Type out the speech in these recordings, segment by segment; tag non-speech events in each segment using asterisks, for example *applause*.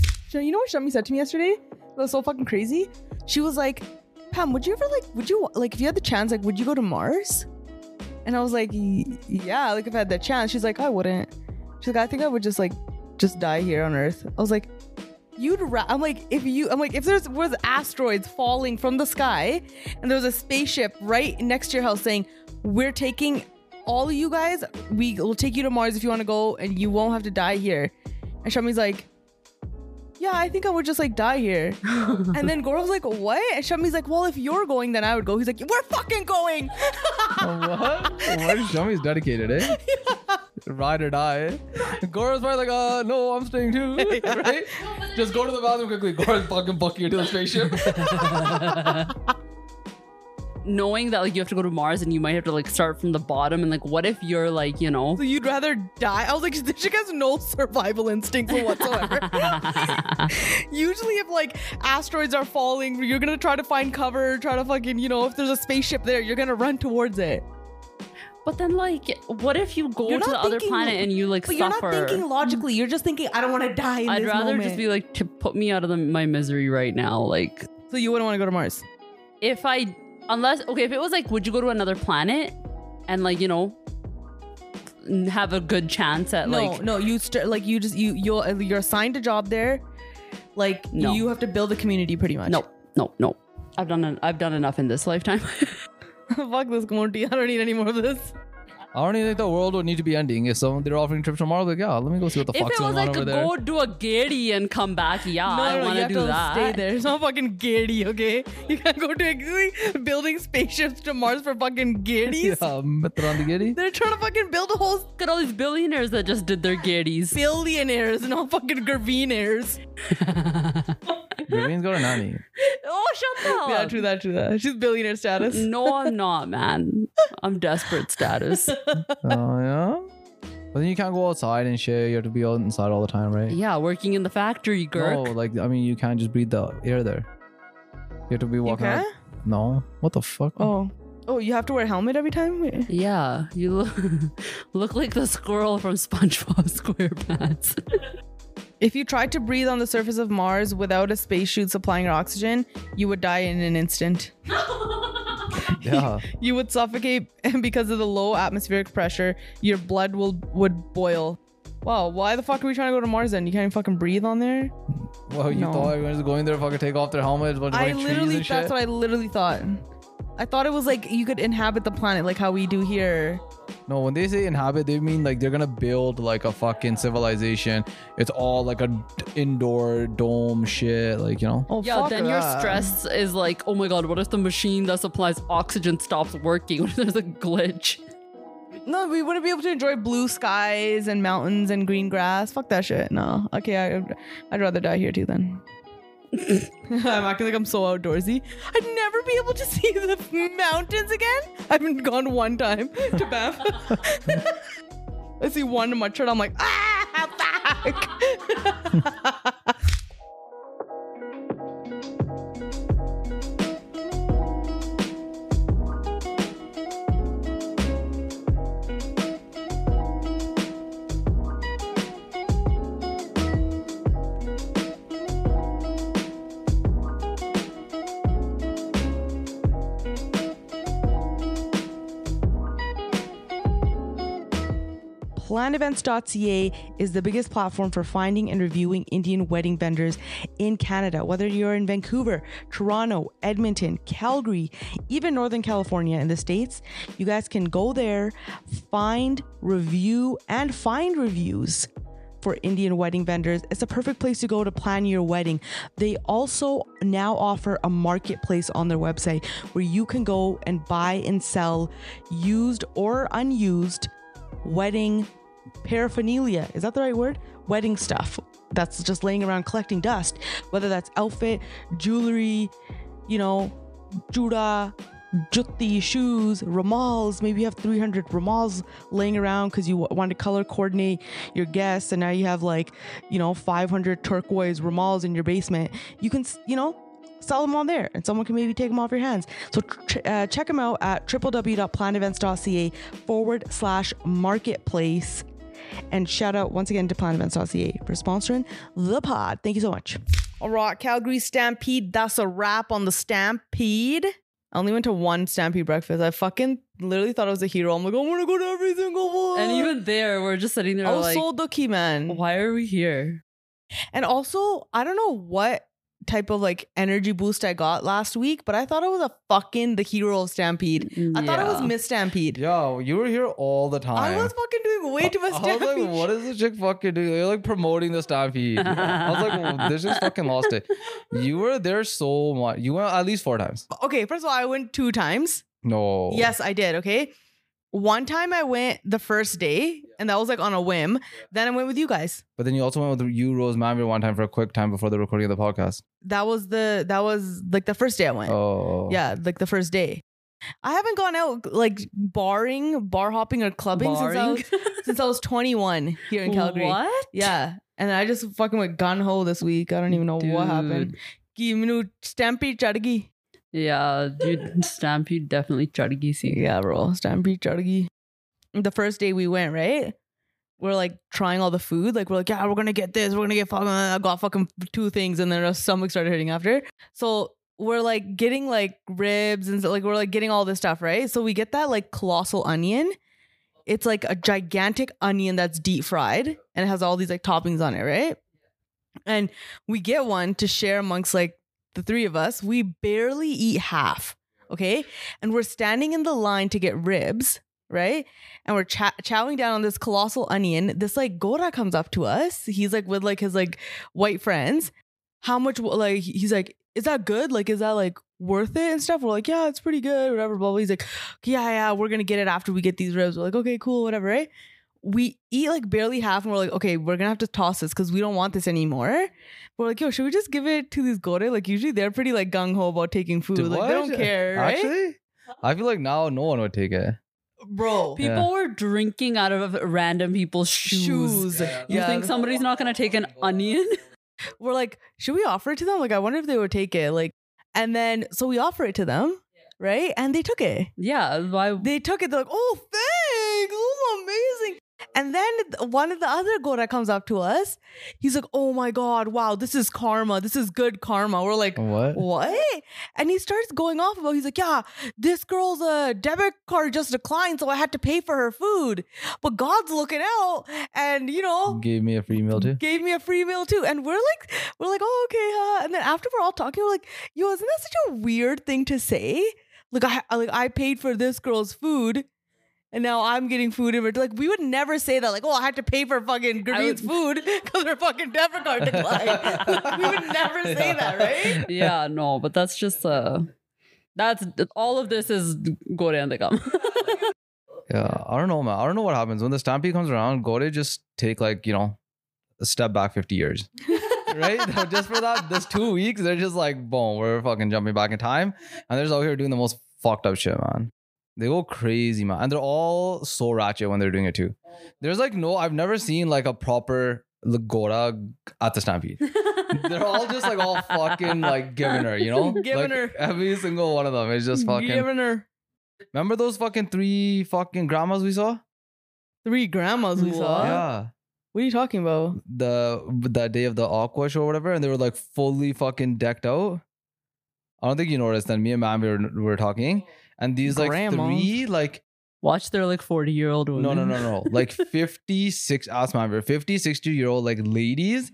Sh- You know what Shami said to me yesterday? That was so fucking crazy. She was like, Pam, would you ever like, would you, like, if you had the chance, like, would you go to Mars? And I was like, "Y- yeah, like, if I had the chance. She's like, I wouldn't. She's like, I think I would just, like, just die here on Earth. I was like, you'd, ra-. I'm like, if you, I'm like, if there's was asteroids falling from the sky and there was a spaceship right next to your house saying, we're taking all of you guys, we will take you to Mars if you want to go and you won't have to die here. And Shami's like, yeah, I think I would just like die here. and then Gorov's like, what? And Shami's like, well, if you're going, then I would go. He's like, we're fucking going. what? Why is Shami's dedicated, *laughs* eh? Ride or die. Gora's probably like, uh, no, I'm staying *laughs* too. right? Just go to the bathroom quickly. Gora's fucking bucking you to the spaceship. *laughs* Knowing that like you have to go to Mars and you might have to like start from the bottom and like what if you're like, you know, So you'd rather die? I was like, this chick has no survival instincts *laughs* whatsoever. Usually, if like asteroids are falling, you're gonna try to find cover, try to fucking, you know, if there's a spaceship there, you're gonna run towards it. But then like what if you go You're to not the other thinking- planet and you like But you're suffer? not thinking logically. You're just thinking, I don't want to die. In I'd this rather moment. just be like to put me out of the, my misery right now. Like So you wouldn't want to go to Mars. if I unless okay, if it was like would you go to another planet and like, you know, n- have a good chance at no, like no, you st- like you just you you're you're assigned a job there. Like No. you have to build a community pretty much. no, no, no. I've done en- I've done enough in this lifetime. *laughs* *laughs* Fuck this community. I don't need any more of this. I don't even think the world would need to be ending if someone they're offering trips to Mars. Like, yeah, let me go see what the if fuck's it was going on like over go there. do a giddy and come back, yeah, no, Ah, I no, want you have do to that. stay there. It's not fucking giddy, okay? You can't go to like, building spaceships to Mars for fucking giddies. Yeah, Mithra and the *laughs* Giddy. They're trying to fucking build a whole Look at all these billionaires that just did their giddies. billionaires, not fucking Gervinaires. Vivian's got a nanny. *laughs* oh, shut up. Yeah, true that, true that. She's billionaire status. No, I'm not, man. I'm desperate status. Oh, yeah. But then you can't go outside and shit. You have to be out inside all the time, right? *laughs* yeah, working in the factory, Girk. No, like I mean, you can't just breathe the air there. You have to be walking. out- can't? No, what the fuck? Oh. Oh, you have to wear a helmet every time? Wait. Yeah, you look, *laughs* look like the squirrel from SpongeBob *laughs* SquarePants. If you tried to breathe on the surface of Mars without a spacesuit supplying oxygen, you would die in an instant. *laughs* Yeah, You would suffocate, *laughs* and because of the low atmospheric pressure, your blood will would boil. Wow, why the fuck are we trying to go to Mars then? You can't even fucking breathe on there. well, you No. thought everyone's going there, fucking take off their helmets, bunch of I fucking trees literally, and that's shit. what I literally thought. I thought it was like you could inhabit the planet like how we do here. No, when they say inhabit, they mean like they're gonna build like a fucking civilization. It's all like a d- indoor dome shit, like you know. Oh, Yeah, fuck then your that. stress is like, oh my god, what if the machine that supplies oxygen stops working? *laughs* What if there's a glitch? No, we wouldn't be able to enjoy blue skies and mountains and green grass. Fuck that shit. No. Okay, I, I'd rather die here too then. *laughs* I'm acting like I'm so outdoorsy. I'd never be able to see the mountains again. I've been gone one time to Banff. *laughs* I see one in my shirt. I'm like, ah, fuck. PlanEvents.ca is the biggest platform for finding and reviewing Indian wedding vendors in Canada. Whether you're in Vancouver, Toronto, Edmonton, Calgary, even Northern California in the States, you guys can go there, find, review, and find reviews for Indian wedding vendors. It's a perfect place to go to plan your wedding. They also now offer a marketplace on their website where you can go and buy and sell used or unused wedding paraphernalia. Is that the right word? Wedding stuff that's just laying around collecting dust, whether that's outfit, jewelry, you know, juda, jutti, shoes, ramals. Maybe you have 300 ramals laying around because you want to color coordinate your guests, and now you have like, you know, 500 turquoise ramals in your basement. You can, s- you know, sell them on there and someone can maybe take them off your hands so tr- uh, check them out at www.planevents.ca forward slash marketplace And shout out once again to Plan Events.ca for sponsoring the pod. Thank you so much. All right, Calgary Stampede. That's a wrap on the Stampede. I only went to one Stampede breakfast. I fucking literally thought I was a hero. I'm like, I want to go to every single one. And even there, we're just sitting there Uh, I was like, so lucky, man. why are we here? And also, I don't know what type of like energy boost I got last week, but I thought I was a fucking the hero of Stampede. I thought I was Yeah. Miss Stampede. Yo, you were here all the time. I was fucking doing way too much I was Stampede. like, what is this chick fucking doing? You're like promoting the stampede. I was like, well, this just fucking lost it. You were there so much. You went at least four times. *laughs* okay, first of all, I went two times. No. Yes, I did. Okay. One time I went the first day, and that was like on a whim. Then I went with you guys. But then you also went with you, Rose Mamre, one time for a quick time before the recording of the podcast. That was the that was like the first day I went. Oh. Yeah, like the first day. I haven't gone out like barring, bar hopping, or clubbing since I was since I was *laughs* 21 here in Calgary. What? Yeah. And I just fucking went gun ho this week. I don't even know what happened. Ki minu stampede chadgi. Yeah, *laughs* dude, Stampede definitely chadgi see. Yeah, bro. Stampede chadgi. The first day we went, right? We're like trying all the food. Like we're like, yeah, we're gonna get this. We're gonna get fucking. I got fucking two things, and then our stomach started hurting after. So we're like getting like ribs and so, like we're like getting all this stuff, right? So we get that like colossal onion. It's like a gigantic onion that's deep fried and it has all these like toppings on it, right? And we get one to share amongst like the three of us. We barely eat half, okay? And we're standing in the line to get ribs, right? And we're chow- chowing down on this colossal onion. This like Gora comes up to us. He's like with like his like white friends. How much wa- like he's like, is that good? Like, is that like worth it and stuff? We're like, yeah, it's pretty good, whatever. Blah blah. He's like, yeah, yeah, we're gonna get it after we get these ribs. We're like, okay, cool, whatever, right? we eat like barely half and we're like, okay, we're gonna have to toss this because we don't want this anymore. We're like, yo, should we just give it to these gore? Like, usually they're pretty like gung ho about taking food. Dude, like, they what? don't care, right? Actually, I feel like now no one would take it. Bro, People Yeah. were drinking out of random people's shoes. shoes. You Yeah. think somebody's not gonna take an onion? We're like, should we offer it to them? Like, I wonder if they would take it. Like, and then so we offer it to them, right? And they took it. yeah, *laughs* why? They took it. They're like, oh, thanks. Oh, amazing. And then th- one of the other Gora comes up to us. He's like, oh my God, wow, this is karma. This is good karma. We're like, Oh, What? what? And he starts going off about he's like, yeah, this girl's uh, debit card just declined, so I had to pay for her food. But God's looking out, and you know, Gave me a free meal too. gave me a free meal too. And we're like, we're like, oh okay, huh? And then after we're all talking, we're like, yo, isn't that such a weird thing to say? Like I I- like I paid for this girl's food. And now I'm getting food in return. Like we would never say that. Like, oh, I had to pay for fucking Green's food *laughs* because her fucking debit card declined. *laughs* Like, we would never say that, right? yeah, no, but that's just uh, that's all of this is gore and the gum. *laughs* Yeah, I don't know, man. I don't know what happens when the stampede comes around. Gore just take like you know a step back *laughs* fifty years, right? just for that, this two weeks, they're just like, boom, we're fucking jumping back in time, and they're just out here doing the most fucked up shit, man. They go crazy, man, and they're all so ratchet when they're doing it too. There's like no, I've never seen like a proper Gora at the stampede. They're all just like all fucking like giving her, you know, Giving Like, her. every single one of them is just fucking. giving her Remember those fucking three fucking grandmas we saw? three grandmas we saw. What? Yeah. What are you talking about? The that day of the aqua show or whatever, and they were like fully fucking decked out. I don't think you noticed. Then me and Mam we were, we were talking, and these like Grandmas. three like *laughs* Watch their like forty year old women. no no no no like 56 ask Mam 50 60 year old like ladies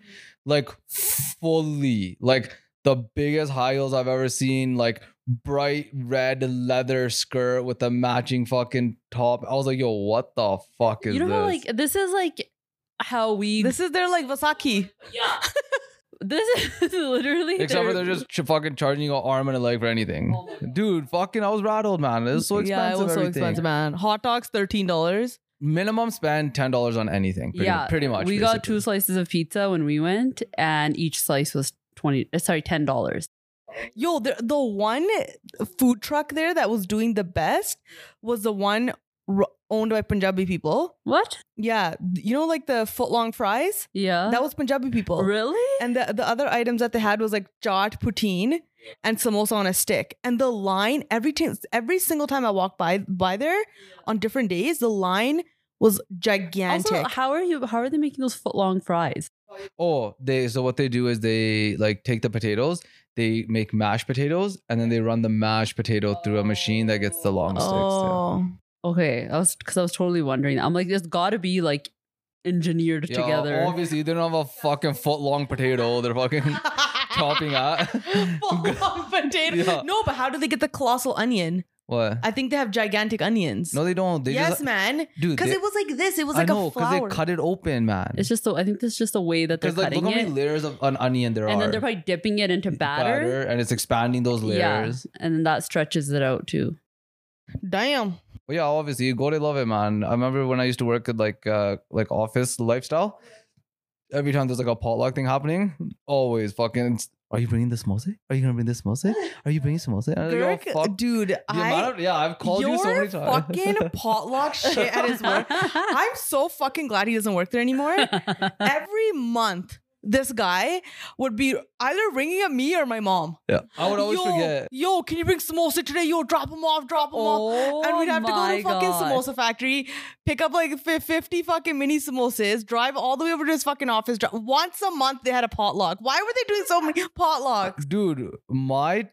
like fully like the biggest high heels I've ever seen like bright red leather skirt with a matching fucking top. I was like, yo, what the fuck is You know this? how like *laughs* this is like how we This is their like Vasaki. *laughs* this is *laughs* literally Except for their- they're *laughs* just *laughs* ch- fucking charging you an arm and a leg for anything. Dude, fucking, I was rattled, man. It was so expensive. yeah, it was so everything. expensive, man. Hot dogs, thirteen dollars. Minimum spend ten dollars on anything. Pretty, yeah pretty much. We got two slices of pizza when we went, and each slice was twenty. uh, Sorry, ten dollars. Yo, the the one food truck there that was doing the best was the one r- owned by Punjabi people. What? Yeah, you know, like the foot long fries. Yeah. That was Punjabi people. really? And the, the other items that they had was like chaat poutine and samosa on a stick. And the line every t- every single time I walked by by there on different days, the line was gigantic. Also, how are you? How are they making those foot long fries? Oh, they so what they do is they like take the potatoes, they make mashed potatoes, and then they run the mashed potato through a machine that gets the long sticks. yeah. oh, Okay, I was because I was totally wondering. I'm like, there's got to be like engineered Yeah, together. Obviously, they don't have a fucking foot long potato. They're fucking *laughs* *laughs* chopping at. Full-on potato. Yeah. No, but how do they get the colossal onion? what? I think they have gigantic onions. No, they don't. They yes, just, man. dude. Because they- it was like this. It was I like know a because they flower. cut it open, man. It's just so I think that's just the way that they're Because like, cutting look how many it, layers of an onion there are. and then they're probably dipping it into batter. and it's expanding those layers. Yeah, and then that stretches it *laughs* out too. Damn. But yeah, obviously, you gotta love it, man. I remember when I used to work at like uh like office lifestyle. Every time there's like a potluck thing happening, always fucking. Are you bringing the samosa? Are you gonna bring the samosa? Are you bringing samosa? And I'm like, Girk, "Yo, fuck." dude, The I amount of- yeah, I've called your you so many times. fucking *laughs* potluck shit at his *laughs* work. I'm so fucking glad he doesn't work there *laughs* anymore. Every month, this guy would be either ringing at me or my mom. yeah, I would always yo, forget. Yo, can you bring samosa today? Yo, drop them off, drop them off. oh, And we'd have to go to my the fucking God. samosa factory, pick up like fi- 50 fucking mini samosas, drive all the way over to his fucking office. dri- Once a month, they had a potluck. Why were they doing so many *laughs* potlucks? Dude, my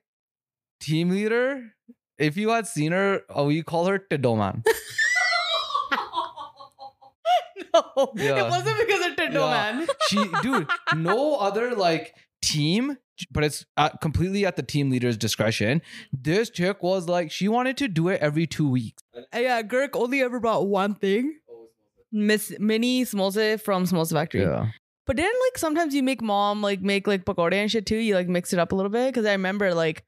team leader, if you had seen her, oh, we call her Tido Man. no, Yeah. it wasn't because of Tindo, Yeah. man. She, dude, no other like team, but it's at, completely at the team leader's discretion. This chick was like, she wanted to do it every two weeks. Uh, *laughs* yeah, Girk only ever brought one thing. Miss mini samosa from Samosa Factory. But then like sometimes you make mom like make like pakora and shit too. You like mix it up a little bit because I remember like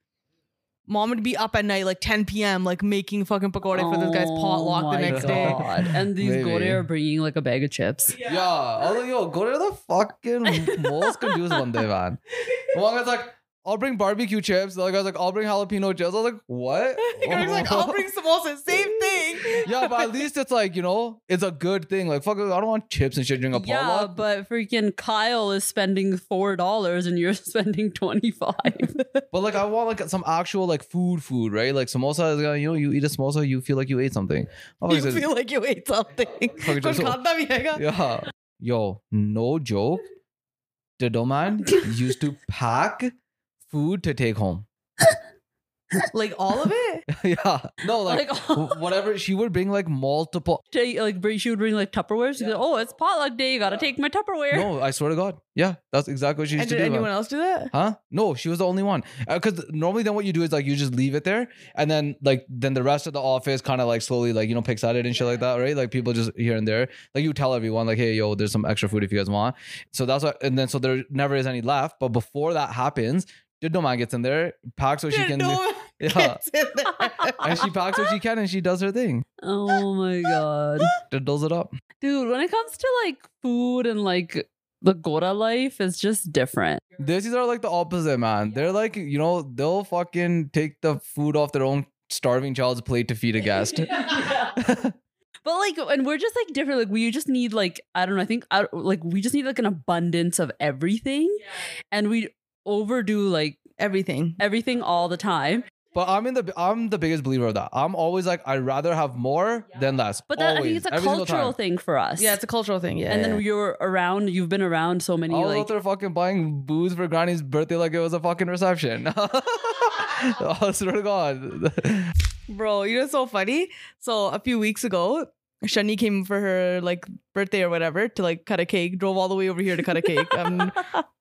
mom would be up at night like 10 p.m. like making fucking pakora for this guy's Oh potluck the my next *laughs* day. God. And these Maybe. Gore are bringing like a bag of chips. Yeah. *laughs* Although, yo, go to the fucking most confused one day, man. *laughs* One guy's like, I'll bring barbecue chips. The other guy's like, I'll bring jalapeno chips. I was like, *laughs* what? Girk's like, *laughs* I'll bring samosa, same thing. yeah, but at least it's like, you know, it's a good thing. Like, fuck, I don't want chips and shit during a yeah, potluck. but freaking Kyle is spending four dollars and you're *laughs* spending twenty five. But like, I want like some actual like food, food, right? Like samosa is like, you know, you eat a samosa, you feel like you ate something. You Obviously- feel like you ate *laughs* something. Fucking Kuch just- khata bhi hai yeah. Yo, no joke. Diddle man used to pack food to take home. *laughs* ka? Like all of it? yeah. *laughs* No, *laughs* like, Like, *laughs* wh- whatever. She would bring like multiple. She, like bring- she would bring like Tupperware. She'd go, "Oh, it's potluck day. You gotta take my Tupperware." No, I swear to God. Yeah, that's exactly what *laughs* she And used did to do. man. anyone else do that? Huh? No, she was the only one. Because normally, then what you do is like you just leave it there, and then like then the rest of the office kind of like slowly like you know picks at it and shit like that, right? Like people just here and there. Like you tell everyone like, hey, yo, there's some extra food if you guys want. So that's why, and then so there never is any left. But before that happens, Dido man gets in there, packs what she *laughs* can, No one yeah, gets in there. *laughs* *laughs* and she packs what she can, and she does her thing, *laughs* Oh my god, diddles it up. dude! When it comes to like food and like the Gora life, it's just different. These are like the opposite, man. They're like you know they'll fucking take the food off their own starving child's plate to feed *laughs* a guest. But like, and we're just like different. Like, we just need like I don't know. I think I, like we just need like an abundance of everything, and we overdo like Everything. everything all the time. But I'm in the I'm the biggest believer of that. I'm always like I'd rather have more than less. But that, I Always. think it's a Every single cultural time. thing for us. Yeah, it's a cultural thing. Yeah. and yeah. then you're around. You've been around so many I was like out there fucking buying booze for Granny's birthday like it was a fucking reception. *laughs* Oh, I swear to God. Bro, you know it's so funny. So a few weeks ago, Shani came for her like birthday or whatever to like cut a cake. Drove all the way over here to cut a cake. Um,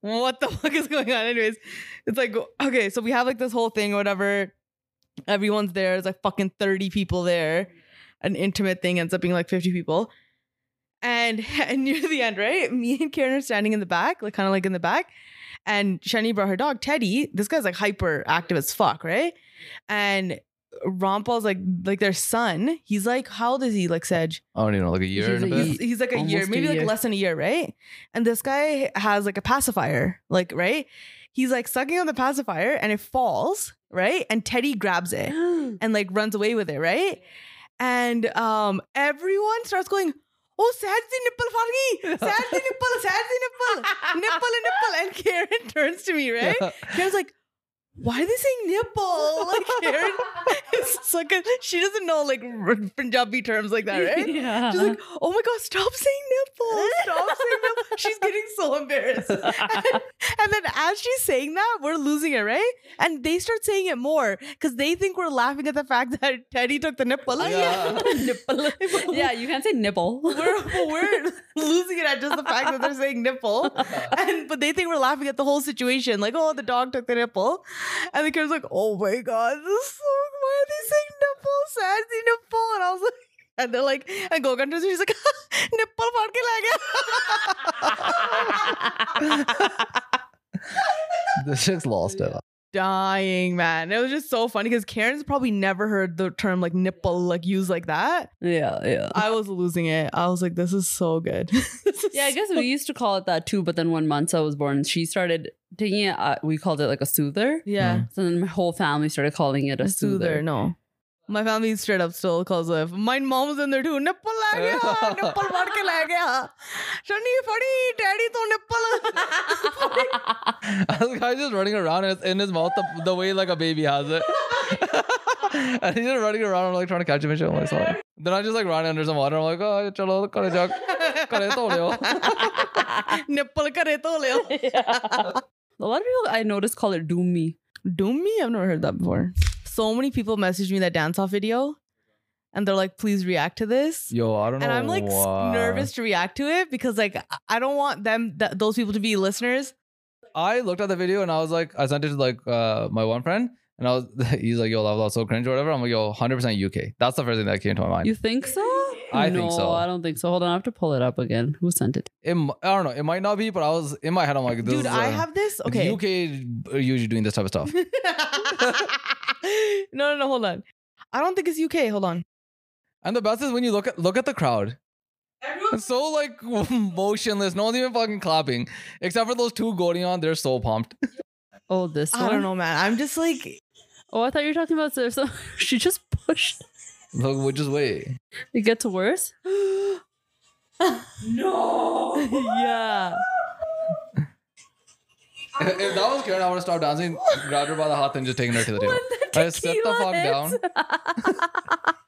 what the fuck is going on? Anyways, it's like okay, so we have like this whole thing or whatever. Everyone's there. There's like fucking thirty people there. An intimate thing ends up being like fifty people. And, *laughs* and near the end, right? Me and Karen are standing in the back, like kind of like in the back. And Shani brought her dog Teddy. This guy's like hyper active as fuck, right? And Rampal's like like their son. He's like, how old is he? Like Sedge. I don't even know, like a year He's and a a- bit. He's, he's like a year, Almost a maybe like year. less than a year, right? And this guy has like a pacifier, like right. He's like sucking on the pacifier and it falls, right? And Teddy grabs *gasps* it *laughs* and like runs away with it, right? And um, everyone starts going, "Oh, sad the nipple, Fargi! *laughs* Sad the *laughs* nipple, sad the nipple, nipple, nipple!" And Karen turns to me, right? Karen's like, why are they saying nipple? *laughs* Like Karen, it's like a, she doesn't know like r- Punjabi terms like *laughs* that, right? *laughs* Yeah. She's like, oh my god, stop saying nipple, stop saying nipple. She's getting so embarrassed. *laughs* And, and then as she's saying that, we're losing it, right? And they start saying it more because they think we're laughing at the fact *laughs* that Teddy took the nipple. *laughs* Yeah. *laughs* nipple. yeah, you can't say nipple. *laughs* We're, *laughs* we're losing it at just the fact that they're saying *laughs* nipple. And but they think we're laughing at the whole situation. Like, oh, the dog took the nipple. And the kid's like, oh my god, this is so why are they saying nipple? Sandy nipple. And I was like, and they're like, and Gogan does it, she's like, *laughs* nipple फाड़ के ला गया." *laughs* *laughs* This shit's lost it. *laughs* Dying, man. It was just so funny because Karen's probably never heard the term like nipple like used like that. yeah, *laughs* yeah. I was losing it. I was like, this is so good. *laughs* This is Yeah, I guess so we used to call it that too, but then when Mansa was born, she started taking it, uh, we called it like a soother. Yeah. So then my whole family started calling it a, A soother. soother. No. My family straight up still calls it. My mom was in there too. Nipple lag *laughs* gaya, nipple फाड़ के ला गया. Shani फड़ी, daddy तो nipple. *laughs* This guy's just running around and it's in his mouth the, the way like a baby has it. *laughs* and he's just running around. I'm like trying to catch him and shit. I'm like, sorry. Then I just like ran under some water. I'm like, oh, chalo, kare jog, kare to leo. *laughs* nipple करे तो ले आओ. A lot of people I noticed call it doomy. Doom me? I've never heard that before. So many people message me that dance off video, and they're like, "Please react to this." *laughs* Yo, I don't know. And I'm like s- why. nervous to react to it because like I- I don't want them th- those people to be listeners. I looked at the video and I was like, I sent it to like uh, my one friend. And I was, *laughs* he's like, yo, that was so cringe or whatever. I'm like, yo, 100% UK. That's the first thing that came to my mind. You think so? I no, think so. I don't think so. Hold on, I have to pull it up again. Who sent it? It m- I don't know. It might not be, but I was in my head. I'm like, this Dude, is, I uh, have this. the Okay. UK are usually doing this type *laughs* of stuff. no, no, no. Hold on. I don't think it's UK. Hold on. and the best is when you look at look at the crowd. It's so like *laughs* motionless. No one's even fucking clapping, except for those two going on. They're so pumped. Oh, this I one? don't know, man. I'm just like, Oh, I thought you were talking about so, *laughs* so- she just pushed. Look, we just wait. It gets worse. yeah. if that was Karen, I would have stopped dancing, grabbed her by the hat, and just taken her to the table. I set the fuck down.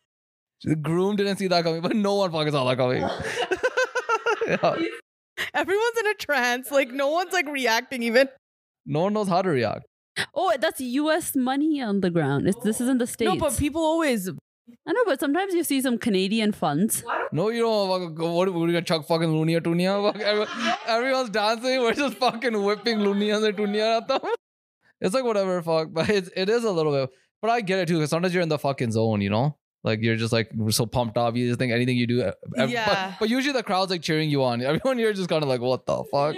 The groom didn't see that coming, but no one fucking saw that coming. *laughs* Yeah. *laughs* Everyone's in a trance. Like no one's like reacting even. No one knows how to react. Oh, that's U.S. money on the ground. It's, this isn't the states. No, but people always. I know, but sometimes you see some Canadian funds. No, you don't. fucking- What we're gonna chuck fucking loony or tunia. *laughs* Fuck, everyone- Everyone's dancing. We're just fucking whipping lunias and tunia at them. *laughs* It's like whatever, fuck. But it's it is a little bit. But I get it too. Because sometimes you're in the fucking zone, you know. Like you're just like so pumped up. You just think anything you do. ev- ev- Yeah. But, but usually the crowd's like cheering you on. *laughs* Everyone here is just kind of like, what the fuck.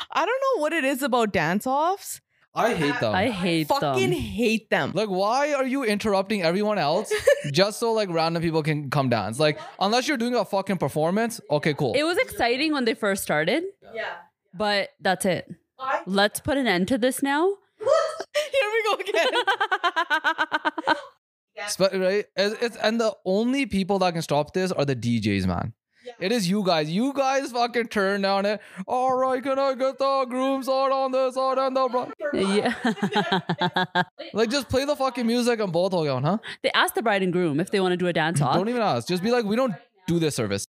*laughs* I don't know what it is about dance offs. I hate them. I hate Fucking them. hate them. Like, why are you interrupting everyone else just so like random people can come dance? Like, unless you're doing a fucking performance, okay, cool. It was exciting when they first started. Yeah. But that's it. Let's put an end to this now. *laughs* *laughs* Here we go again. Spe- right? It's, it's- and the only people that can stop this are the DJs, man. It is you guys. You guys fucking turn down it. All right, can I get the groom side on this side and the bro-" yeah. *laughs* like? Just play the fucking music and both will go, huh? they asked the bride and groom if they want to do a dance off. Don't even ask. Just be like, we don't do this service.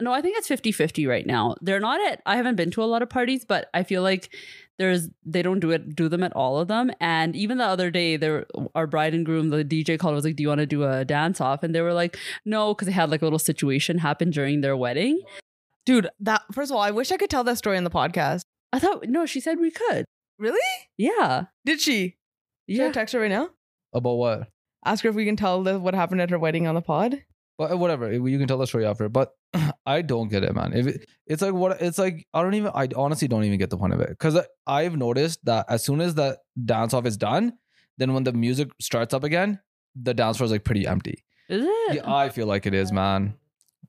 No, I think it's 50-50 right now. They're not at I haven't been to a lot of parties, but I feel like there's they don't do it do them at all of them. And even the other day there our bride and groom, the DJ called was like, Do you want to do a dance off? And they were like, No, because they had like a little situation happen during their wedding. Dude, that first of all, I wish I could tell that story on the podcast. I thought no, she said we could. Really? Yeah. Did she? Should I Yeah. text her right now? About what? Ask her if we can tell the, what happened at her wedding on the pod. But uh, whatever. You can tell the story after. But *clears throat* I don't get it, man. If it, it's like what it's like, I don't even. I honestly don't even get the point of it because I've noticed that as soon as the dance off is done, then when the music starts up again, the dance floor is like pretty empty. Is it? Yeah, I feel like it is, man.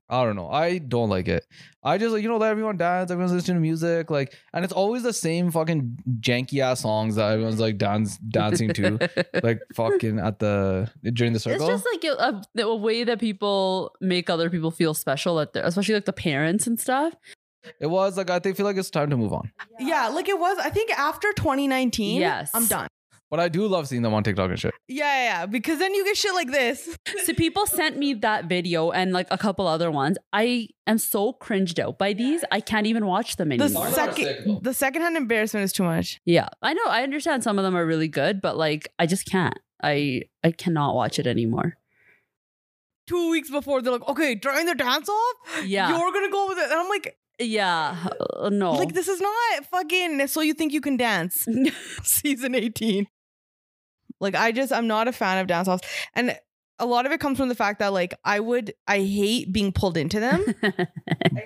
I don't know. I don't like it. I just like you know let everyone dance, everyone's listening to music, like, and it's always the same fucking janky ass songs that everyone's like dance dancing *laughs* to, like fucking at the during the It's circle. just like a, a, a way that people make other people feel special at their, especially like the parents and stuff. It was like I think feel like it's time to move on. Yeah, like it was. I think after 2019, Yes. I'm done. But I do love seeing them on TikTok and shit. *laughs* Yeah, yeah, yeah, because then you get shit like this. So people sent me that video and like a couple other ones. I am so cringed out by these. I can't even watch them The anymore. Mine are sick, though. second, the secondhand embarrassment is too much. yeah, I know. I understand some of them are really good, but like I just can't. I I cannot watch *gasps* it anymore. Two weeks before, they're like, okay, during the dance off, Yeah, you're gonna go with it, and I'm like, yeah. Uh, no, like *laughs* this is not fucking. So you think you can dance? Season 18. Like I just, I'm not a fan of dance offs, and a lot of it comes from the fact that like I would, I hate being pulled into *laughs* them.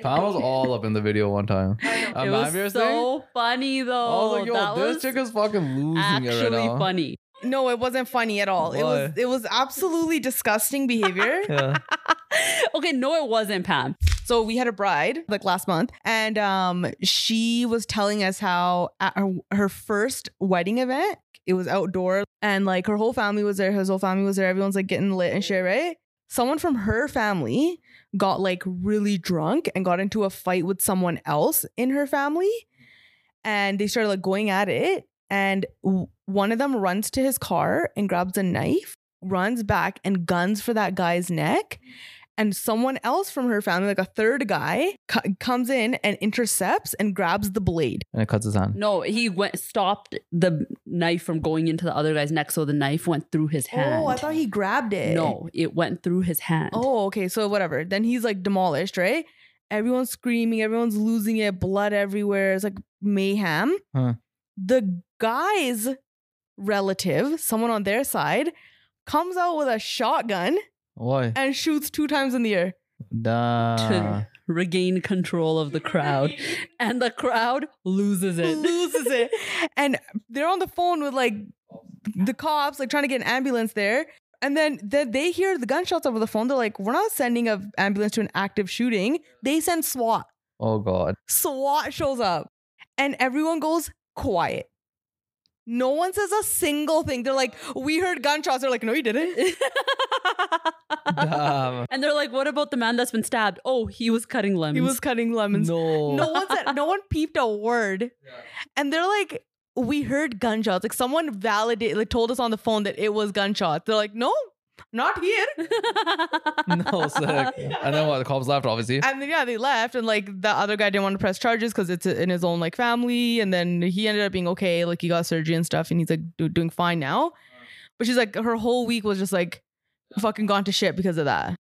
Pam was all up in the video one time. I it Um, was have you so seen? funny though. I was like, yo, Oh, that this was chick is fucking losing it right actually now. funny. *laughs* no, it wasn't funny at all. It was, it was absolutely disgusting *laughs* behavior. Yeah. okay, no, it wasn't Pam. So we had a bride like last month, and um, she was telling us how at her, her first wedding event, it was outdoor, and like her whole family was there, his whole family was there, everyone's like getting lit and shit, right? Someone from her family got like really drunk and got into a fight with someone else in her family, and they started like going at it, and w- one of them runs to his car and grabs a knife, runs back and guns for that guy's neck and someone else from her family, like a third guy, co- comes in and intercepts and grabs the blade. And it cuts his hand. No, he went stopped the knife from going into the other guy's neck, so the knife went through his hand. Oh, I thought he grabbed Eh, it. No, it went through his hand. Oh, okay. So whatever. Then he's like demolished, right? Everyone's screaming. Everyone's losing it. Blood everywhere. It's like mayhem. Huh. The guy's relative, someone on their side, comes out with a shotgun Why? and shoots two times in the air. Duh. to regain control of *laughs* the crowd. and the crowd loses it. loses it. And they're on the phone with like the cops, like trying to get an ambulance there. And then, then they hear the gunshots over the phone. They're like, we're not sending an ambulance to an active shooting. They send SWAT. Oh *laughs* god. SWAT shows up and everyone goes quiet. No one says a single thing. They're like, we heard gunshots. They're like, no, you didn't. *laughs* Oh. Damn. *laughs* and they're like, what about the man that's been stabbed? Oh, he was cutting lemons. he *laughs* was cutting lemons. No. *laughs* No one said, no one peeped a word. And they're like, we heard gunshots. Like someone validated, like told us on the phone that it was gunshots. They're like, no, not here. No, sick. And then what? The cops left, obviously. And then yeah, they left. And like the other guy didn't want to press charges because it's in his own like family. And then he ended up being okay. Like he got surgery and stuff, and he's like do- doing fine now. Uh-huh. But she's like, her whole week was just like fucking gone to shit because of that.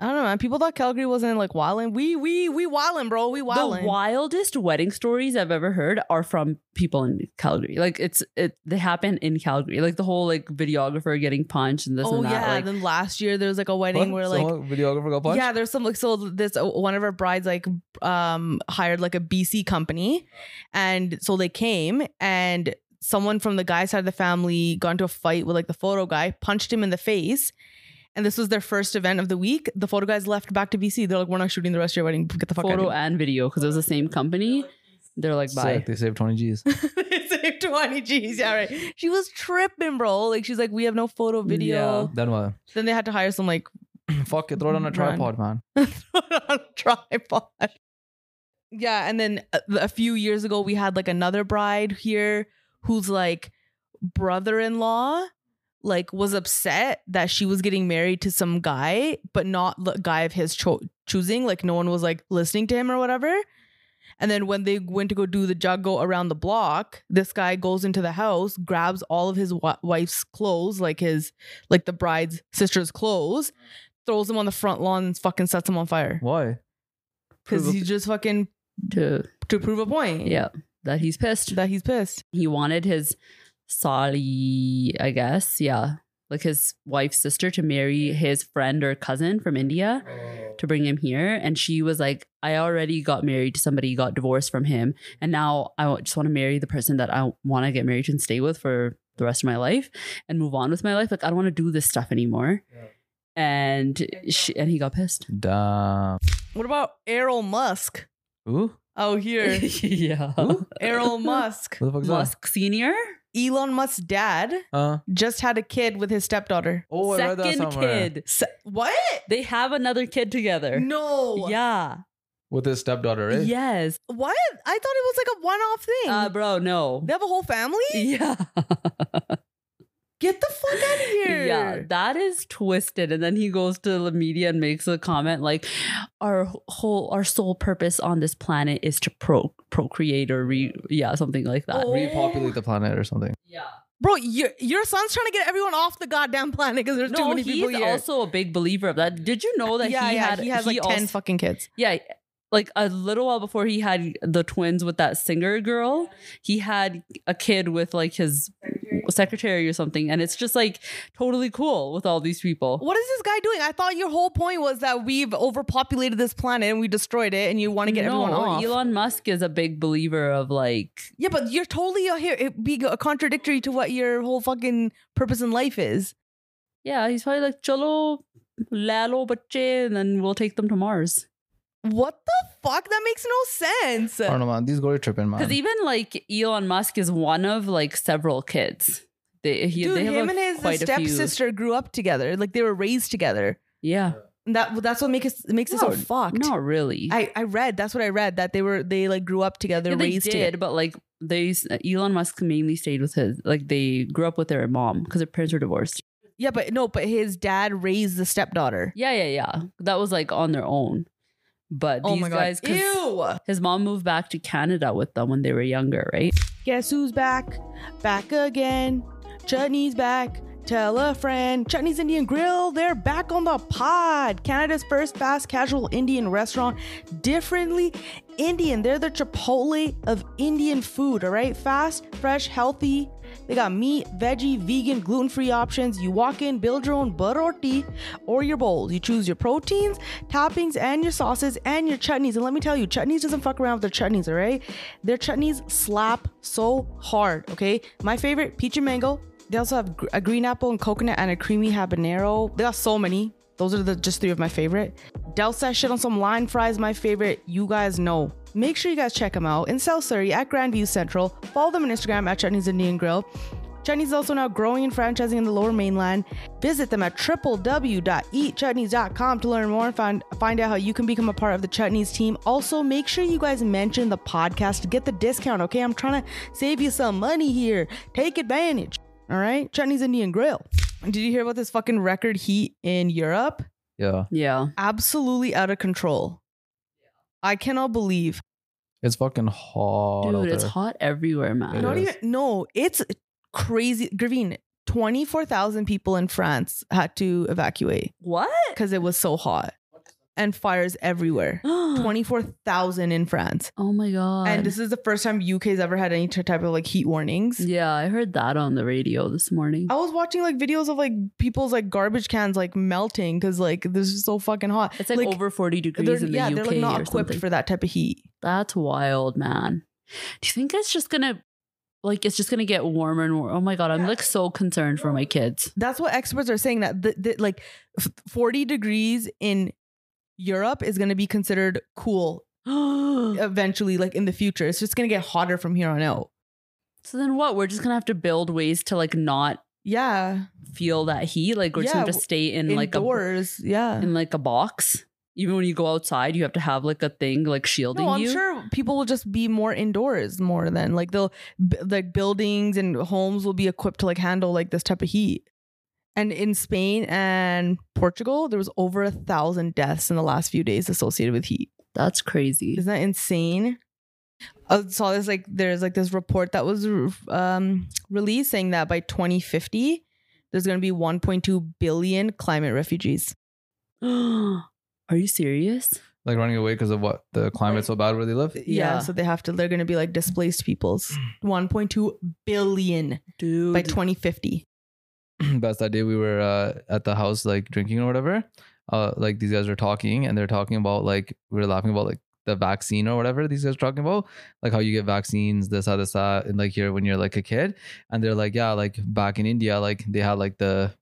I don't know, man. People thought Calgary wasn't like wildin'. We we we wildin', bro. We wildin'. The wildest wedding stories I've ever heard are from people in Calgary. Like it's it they happen in Calgary. Like the whole like videographer getting punched and this oh and that. yeah. like, then last year there was like a What? wedding where like Someone- videographer got punched? Yeah, there's some like so this uh, one of our brides like um hired like a BC company and so they came and someone from the guy's side of the family got into a fight with like the photo guy, punched him in the face. And this was their first event of the week. The photo guys left back to BC. They're like, we're not shooting the rest of your wedding. Get the fuck photo out and video because it was the same company. They're like, bye. Sick. They saved 20 G's. *laughs* of here. *laughs* They saved 20 G's. Yeah, right. She was tripping, bro. Like, she's like, we have no photo, video. Yeah. then what? *clears throat* Then they had to hire some like *laughs* Fuck it. Throw it on Run. a tripod, man. on a tripod. Yeah, and then a, a few years ago, we had like another bride here whose like brother-in-law like was upset that she was getting married to some guy, but not the guy of his cho- choosing. Like no one was like listening to him or whatever. And then when they went to go do the juggle around the block, this guy goes into the house, grabs all of his wi- wife's clothes, like his like the bride's sister's clothes, throws them on the front lawn and fucking sets them on fire Why? because Prove a- he just fucking to- to prove a point. yeah, that he's pissed. that he's pissed. he wanted his Sali, I guess, yeah, like his wife's sister to marry his friend or cousin from India to bring him here. And she was like, I already got married to somebody, got divorced from him. And now I wa- just want to marry the person that I want to get married to and stay with for the rest of my life and move on with my life. Like, I don't want to do this stuff anymore. And she, and he got *laughs* pissed. Damn. What about Errol Musk Ooh. out here? *laughs* yeah. Who? Errol Musk, Who the fuck's that? Musk Senior, Elon Musk's dad, Huh? just had a kid with his stepdaughter. Oh, I read that second somewhere. kid. Se- what? They have another kid together. No. Yeah. with his stepdaughter, right? Yes. What? I thought it was like a one-off thing. Uh, bro, no. they have a whole family. *laughs* Yeah. Get the fuck out *laughs* of here. Yeah, that is twisted. And then he goes to the media and makes a comment like, "Our whole, our sole purpose on this planet is to pro procreate or re, yeah, something like that." Oh. Repopulate the planet or something. Yeah. Bro, your your son's trying to get everyone off the goddamn planet because there's too No, many people he's here. also a big believer of that. Did you know that yeah, he yeah, had he has like ten also- fucking kids. yeah like a little while before he had the twins with that singer girl he had a kid with like his secretary or something and it's just like totally cool with all these people What is this guy doing? I thought your whole point was that we've overpopulated this planet and we destroyed it, and you want to get everyone No, off. elon musk is a big believer of like yeah, but you're totally out here it be contradictory to what your whole fucking purpose in life is. yeah he's probably like chalo lalo bache and then we'll take them to mars What the fuck? That makes no sense. I don't know, man. These girls are tripping, man. because even like elon musk is one of like several kids they, he, Dude, they have him a- and his quite a few. stepsister grew up together. Like they were raised together. yeah And that that's what makes us makes us so No, fucked. not really I, I read that's what I read that they were they like grew up together, Yeah, raised they did, together. but like they Elon Musk mainly stayed with his like they grew up with their mom because their parents were divorced. Yeah, but no, but his dad raised the stepdaughter. Yeah, yeah, yeah. That was like on their own. But these guys, 'cause Oh Ew. his mom moved back to Canada with them when they were younger, right? Guess who's back? Back again. Chutney's back. Tell a friend. Chutney's Indian Grill, they're back on the pod. Canada's first fast casual Indian restaurant. Differently Indian. They're the Chipotle of Indian food, all right? Fast, fresh, healthy. They got meat, veggie, vegan, gluten free options. You walk in, build your own baroti or your bowls. You choose your proteins, toppings, and your sauces and your chutneys. And let me tell you, chutneys doesn't fuck around with their chutneys, all right? Their chutneys slap so hard, okay? My favorite, peach and mango. They also have gr- a green apple and coconut and a creamy habanero. They got so many. Those are the just three of my favorite. Douse that shit on some line fries, my favorite. You guys know. Make sure you guys check them out in South Surrey at Grandview Central. Follow them on Instagram at Chinese Indian Grill. Chutney's is also now growing and franchising in the lower mainland. Visit them at www.eatchutneys.com to learn more and find, find out how you can become a part of the Chutneys team. Also, make sure you guys mention the podcast to get the discount, okay? I'm trying to save you some money here. Take advantage, all right? Chutney's Indian Grill. Did you hear about this fucking record heat in Europe? yeah, Yeah. Absolutely out of control. I cannot believe. it's fucking hot out Dude, it's there. hot everywhere, It man. Not is. even no, it's crazy. Gravine, twenty four thousand people in France had to evacuate What? *gasps* because it was so hot and fires everywhere. Twenty four thousand in France, Oh my god. and this is the first time UK's ever had any type of like heat warnings. yeah, I heard that on the radio this morning. I was watching like videos of like people's like garbage cans like melting because like this is so fucking hot. It's like, over 40 they're, degrees in the yeah, UK they're like not or equipped something. for that type of heat. That's wild, man. Do you think it's just gonna like it's just gonna get warmer and warmer? Oh my god, I'm like so concerned for my kids. *gasps* That's what experts are saying that the, the, like f- 40 degrees in Europe is going to be considered cool so eventually, like in the future. It's just going to get hotter from here on out. then what? We're just gonna have to build ways to like not Yeah, feel that heat. Like we're just gonna Yeah, have to stay in indoors. yeah. like a in like a box. Even when you go outside, you have to have like a thing like shielding No, I'm you. sure people will just be more indoors more than like they'll b- like buildings and homes will be equipped to like handle like this type of heat. And in Spain and Portugal, there was over a thousand deaths in the last few days associated with heat. That's crazy. Isn't that insane? I saw this like there's like this report that was um, released saying that by 2050 there's going to be 1.2 billion climate refugees. *gasps* Are you serious? like running away because of what the climate's so bad where they live. Yeah, Yeah. so they have to they're going to be like displaced *clears throat* peoples. 1.2 billion Dude. by 2050. *clears throat* That's that day we were uh, at the house like drinking or whatever. Uh, like these guys were talking and they're talking about like we were laughing about like the vaccine or whatever these guys were talking about like how you get vaccines this that this that and like here when you're like a kid and they're like yeah like back in India like they had like the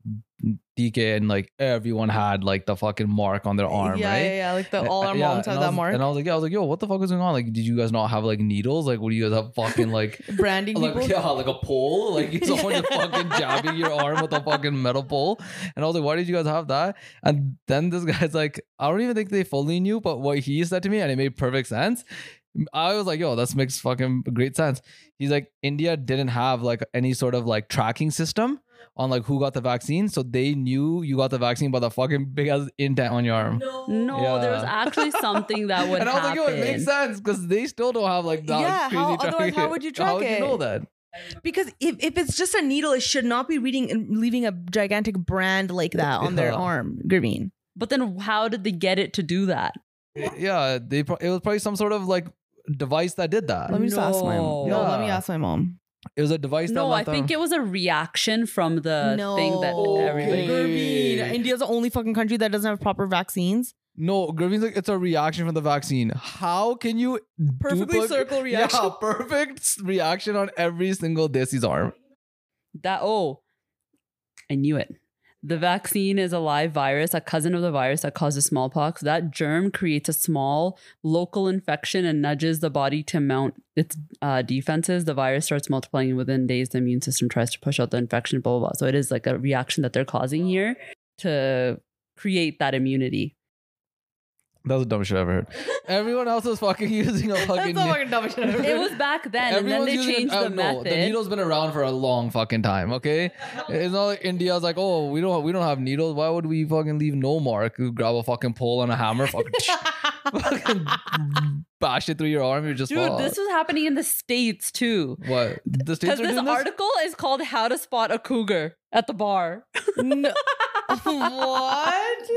DK and like everyone had like the fucking mark on their arm, yeah, right? yeah, yeah. Like the Uh, all our *laughs* yeah, moms and have I that was- mark. And I was like, yeah, I was like, yo, what the fuck was going on? Like, did you guys not have like needles? Like, what do you guys have fucking like, *laughs* Branding people. like yeah, like a pole? Like *laughs* someone just *laughs* fucking jabbing your arm with a fucking metal pole. And I was like, why did you guys have that? And then this guy's like, I don't even think they fully knew, but what he said to me, and it made perfect sense. I was like, yo, this makes fucking great sense. He's like, India didn't have like any sort of like tracking system on like who got the vaccine. So they knew you got the vaccine by the fucking big ass indent on your arm. No, there was Yeah. actually *laughs* something that would And I was happen. like, yo, it makes sense because they still don't have like that Yeah, crazy how- otherwise tracking. how would you How would track you know it? that? Because if, if it's just a needle, it should not be reading uh, leaving a gigantic brand like that on their Yeah. arm, Graveen. But then how did they get it to do that? Yeah, they pro- it was probably some sort of like device that did that. Let me just ask my No. mom. No, let me Yeah. ask my mom. It was a device that no, I let think them- it was a reaction from the thing that No. everything. Okay. Gurmeen, India's the only fucking country that doesn't have proper *laughs* vaccines. No, Gervin's like it's a reaction from the vaccine. How can *laughs* you duplicate- circle Yeah, perfect s- reaction on every single Desi's arm. That oh, I knew it. The vaccine is a live virus, a cousin of the virus that causes smallpox. That germ creates a small local infection and nudges the body to mount its uh, defenses. The virus starts multiplying, and within days, the immune system tries to push out the infection. Blah blah blah. So it is like a reaction that they're causing here to create that immunity. That was the dumbest shit I ever heard. Everyone else was fucking *laughs* using a fucking. ne- dumb shit. *laughs* I've It was back then, and then Everyone's they using it- changed uh, the no, method. the needle's been around for a long fucking time. Okay, it's not like India's like, oh, we don't we don't have needles. Why would we fucking leave no mark? You grab a fucking pole and a hammer, *laughs* fucking, *laughs* fucking bash it through your arm. You just Dude, fall. this was happening in the states too. what the states Because are this doing this. article is called "How to Spot a Cougar at the Bar." no. *laughs* what?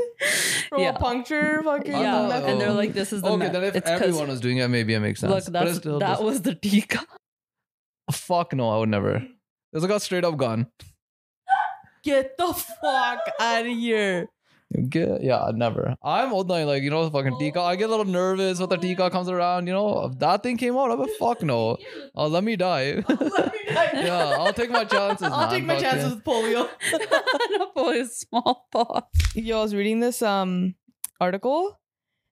From Yeah. a puncture fucking yeah, thought- and they're oh. like, "This is the Okay, meth- then if it's 'cause- everyone was doing it, maybe it makes sense. look, but it's that's still that just- was the decal. *laughs* fuck no, I would never. This got straight up gone. Get the fuck out of here. Get, yeah, never. I'm old now, like you know, fucking Oh. Tika. I get a little nervous when the Tika comes around. You know, if that thing came out, I'm a fuck no. Oh, let me die. *laughs* yeah, I'll take Oh my chances. man, fuck yeah. with polio. Napoleon smallpox. Yo, I was reading this um article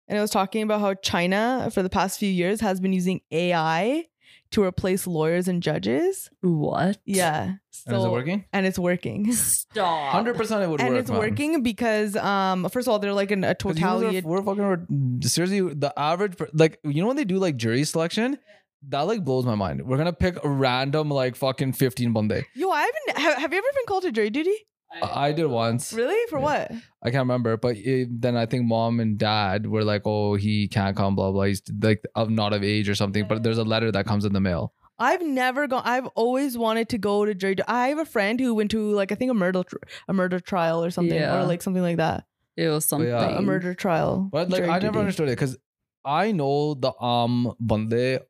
and it was talking about how China for the past few years has been using AI to replace lawyers and judges. What? Yeah. So, And is it working? And it's working. Stop. Hundred percent, it would and work. it's man. working because um first of all they're like in a 'Cause humans are- totality we're fucking re- seriously. The average, per- like you know, when they do like jury selection, that like blows my mind. We're gonna pick a random like fucking fifteen one day. Yo, I haven't have, have you ever been called to jury duty? I I did once. Really? For Yeah. what? I can't remember, but it, then I think mom and dad were like, "Oh, he can't come, blah blah. He's like of not of age or something." But there's a letter that comes in the mail. I've never gone I've always wanted to go to jury duty. I have a friend who went to like I think a murder tr- a murder trial or something Yeah. or like something like that. It was something. yeah. A murder trial. But like, jury I never duty. understood it because I know the um bande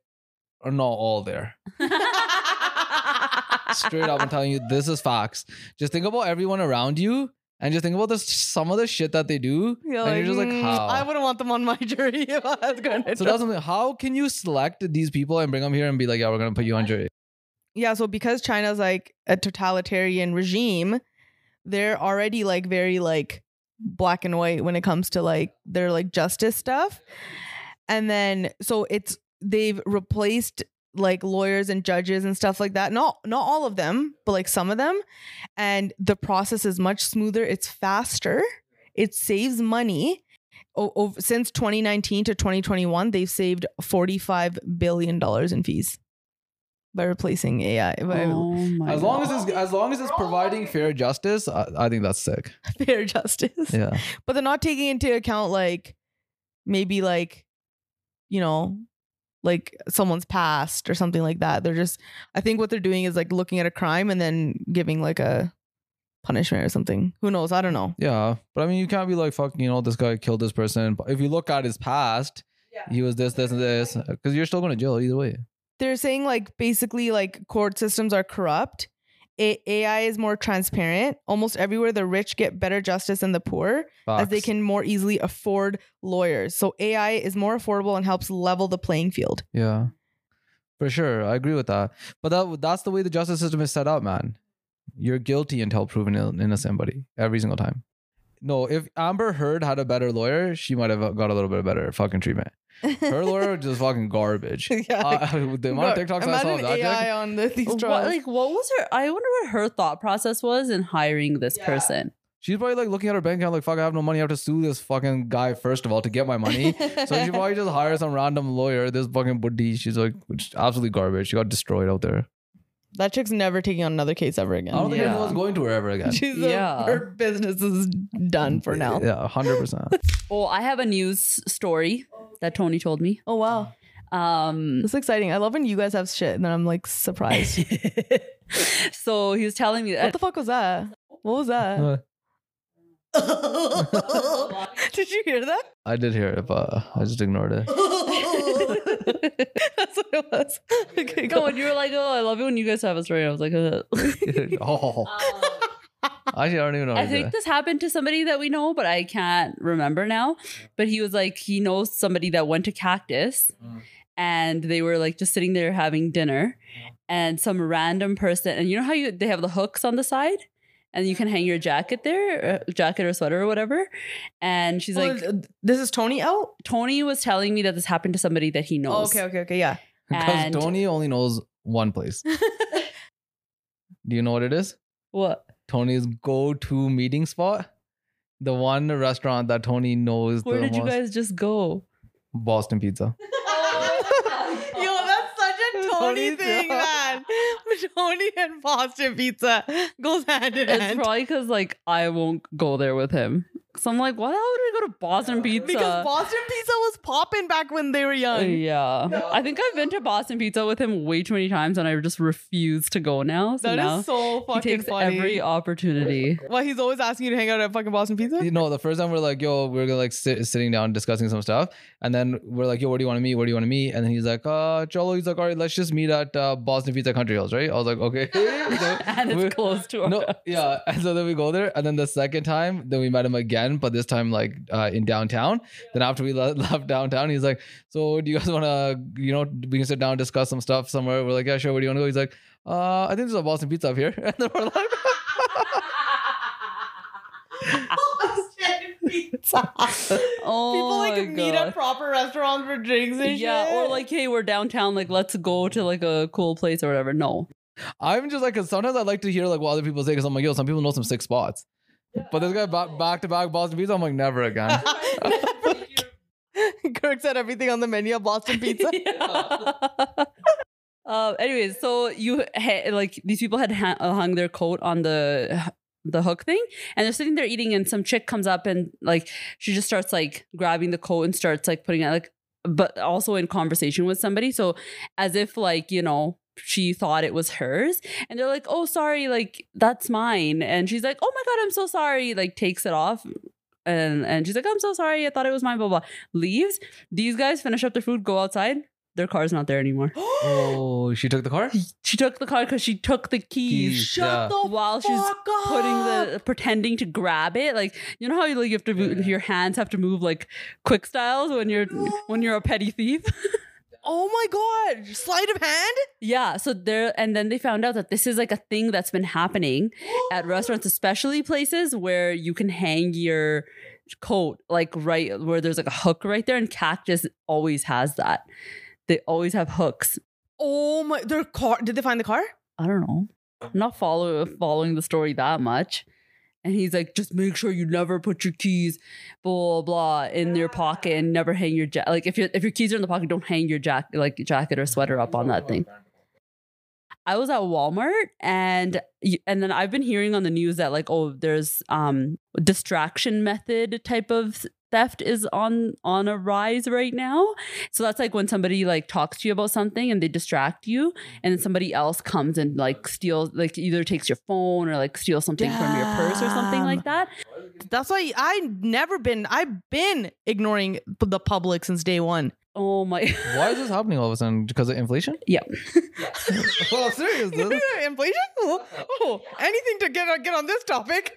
are not all there. *laughs* Straight up, I'm telling you, this is facts. Just think about everyone around you, and just think about this some of the shit that they do, Yeah, and you're just like, "Mm, how? I wouldn't want them on my *laughs* jury if I was going to. so that's something. How can you select these people and bring them here and be like, "Yeah, we're gonna put you on jury"? yeah, so because China's like a totalitarian regime, they're already like very like black and white when it comes to like their like justice stuff. And then so it's they've replaced like lawyers and judges and stuff like that. Not not all of them, but like some of them. And the process is much smoother, it's faster, it saves money. O- ov- since 2019 to 2021, they've saved 45 billion dollars in fees by replacing AI by Oh my As long as it's, as long as it's providing fair justice, I, I think that's sick. *laughs* fair justice. Yeah. But they're not taking into account like maybe like you know like someone's past or something like that. They're just I think what they're doing is like looking at a crime and then giving like a punishment or something. Who knows? I don't know. Yeah, but I mean, you can't be like, fuck, you know, this guy killed this person. But if you look at his past, he was this, this, and this, because you're still going to jail either way. They're saying like basically like court systems are corrupt. A- AI is more transparent. Almost everywhere the rich get better justice than the poor. as they Facts. can more easily afford lawyers. So AI is more affordable and helps level the playing field. Yeah, for sure, I agree with that. But that that's the way the justice system is set up, man. You're guilty until proven ill- innocent, buddy. Every single time. No, if Amber Heard had a better lawyer, she might have got a little bit better fucking treatment. Her lawyer was just fucking garbage. *laughs* yeah, Uh, the amount of TikToks I saw of imagine that. AI chick- on the, these What, trials. like, what was her? I wonder what her thought process was in hiring this Yeah. person. She's probably like looking at her bank account, like, fuck, I have no money. I have to sue this fucking guy first of all to get *laughs* my money. so she probably just hired some random lawyer, this fucking buddy. She's like, which is absolutely garbage. She got destroyed out there. that chick's never taking on another case ever again. I don't think Yeah. anyone's going to her ever *laughs* again. She's Yeah. yeah. her business is done for now. Yeah, *laughs* 100%. Oh, I have a news story that Tony told me. Oh wow, Um, this is exciting. I love when you guys have shit and then I'm like *laughs* surprised. *laughs* so he was telling me what that the fuck was that? What was that? *laughs* Uh, Did you hear *laughs* that? I did hear it, but I just ignored it. That's what it was. Okay, no, go. *laughs* when you were like, "Oh, I love it when you guys have a story," I was like, uh. *laughs* *laughs* oh. Actually, I don't even know. I think this happened to somebody that we know, but I can't remember now. But he was like, he knows somebody that went to Cactus Mm. and they were like just sitting there having dinner and some random person. And you know how you they have the hooks on the side and you can hang your jacket there, uh, jacket or sweater or whatever. And she's like, Oh, this is Tony out. Tony was telling me that this happened to somebody that he Oh, knows. okay, okay, okay, yeah. because and- Tony only knows one place. *laughs* Do you know what it is? What? Tony's go-to meeting spot, the one restaurant that Tony knows Where the did most. you guys just go? Boston *laughs* Pizza. *laughs* Yo, that's such a Tony Tony's thing, out. man. *laughs* Tony and Boston pizza goes hand in It's hand. probably because like I won't go there with him. So I'm like, why the hell would we go to Boston Pizza? because Boston pizza was popping back when they were Uh, young. yeah, I think I've been to Boston Pizza with him way too many times, and I just refuse to go now. So That is now so he fucking takes funny. *laughs* every opportunity. Well, he's always asking you to hang out at fucking Boston Pizza. *laughs* You know, the first time we're like, yo, we're gonna like sit, sitting down discussing some stuff, and then we're like, yo, where do you want to meet? Where do you want to meet? And then he's like, uh, Cholo. He's like, all right, let's just meet at uh, Boston Pizza Country House, right? I was like, *laughs* okay. *laughs* So and we- it's close to our no, yeah. And so then we go there, and then the second time, then we met him again, but this time like uh, in downtown. Then after we le- *laughs* left downtown, he's like, "So do you guys want to, you know, we can sit down, discuss some stuff somewhere?" We're like, "Yeah, sure." Where do you want to go? He's like, "Uh, I think there's a Boston Pizza up here." *laughs* And then we're like, *laughs* Oh, *laughs* People like my meet God. at proper restaurants for drinks and Yeah, shit. or *laughs* like, hey, we're downtown. Like, let's go to like a cool place or whatever. No, "I'm just like, 'cause sometimes I like to hear like what other people say, because I'm like, yo, some people know some sick spots." But this guy ba- back to back Boston Pizza, I'm like, *laughs* never again. *laughs* Kirk said everything on the menu of Boston Pizza. *laughs* *laughs* Yeah. *laughs* um, anyways, so you ha- like these people had ha- uh, hung their coat on the the hook thing, and they're sitting there eating, and some chick comes up and like she just starts like grabbing the coat and starts like putting it like, but also in conversation with somebody, so as if like you know she thought it was hers and they're like oh sorry like that's mine and she's like oh my god i'm so sorry like takes it off and and she's like i'm so sorry i thought it was mine blah blah leaves these guys finish up their food go outside their car's not there anymore *gasps* oh, she took the car. she took the car because she took the keys Keys, yeah. the while she's putting the pretending to grab it like you know how you like you have to move, your hands have to move like quick styles when you're when you're a petty thief Oh my god! Sleight of hand? Yeah, so there, and then they found out that this is like a thing that's been happening *gasps* at restaurants, especially places where you can hang your coat, like right where there's like a hook right there, and Cactus always has that. They always have hooks. Oh my! Their car? Did they find the car? I don't know. I'm not follow following the story that much. And he's like, just make sure you never put your keys, blah blah, blah in your pocket, and never hang your jacket. Like if your if your keys are in the pocket, don't hang your jack like jacket or sweater up on that thing. I was at Walmart, and y- and then I've been hearing on the news that like, oh, there's um distraction method type of theft is on on a rise right now. So that's like when somebody like talks to you about something and they distract you, and then somebody else comes and like steals, like either takes your phone or like steals something from your purse or something like that. That's why I never been. I've been ignoring p- the public since day *laughs* one. Oh my! *laughs* Why is this happening all of a sudden? Because of inflation? Yeah. *laughs* well, I'm serious. dude. *laughs* Inflation? Oh, oh, anything to get on, get on this topic.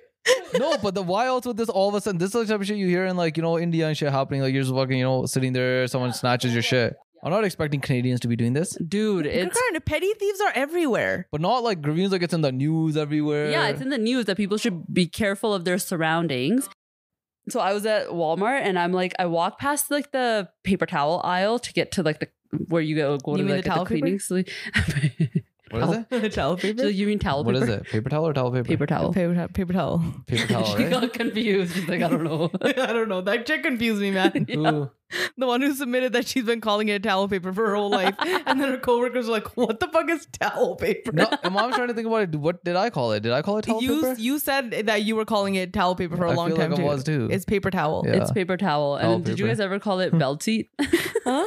no, but the why else with this all of a sudden? This is the type of shit you hear in like you know India and shit happening. Like you're just fucking you know sitting there, someone snatches your shit. I'm not expecting Canadians to be doing this, Dude, Good it's kind. Petty thieves are everywhere. but not like Greens like it's in the news everywhere. yeah, uh, it's in the news that people should be careful of their surroundings. So I was at Walmart and I'm like, I walked past like the paper towel aisle to get to like the where you go go You to mean like the get towel paper? cleaning solution. what is it? towel *laughs* so paper. you mean *laughs* towel What paper? is it? Paper towel or towel paper? Paper towel. Paper, towel- paper towel. Paper towel. *laughs* she Right? got confused. She's like, I *laughs* don't know. *laughs* I don't know. That chick confused me, *laughs* man. Ooh. The one who submitted that she's been calling it towel paper for her whole *laughs* life, and then her coworkers are like, "What the fuck is towel paper?" No, and mom's trying to think about it. What did I call it? Did I call it towel you paper? you said that you were calling it towel paper for a I long feel time like too. I was too. It's paper towel. Yeah. It's paper towel. And Towel did paper. you Hmm. guys ever call it belt seat? *laughs* Huh?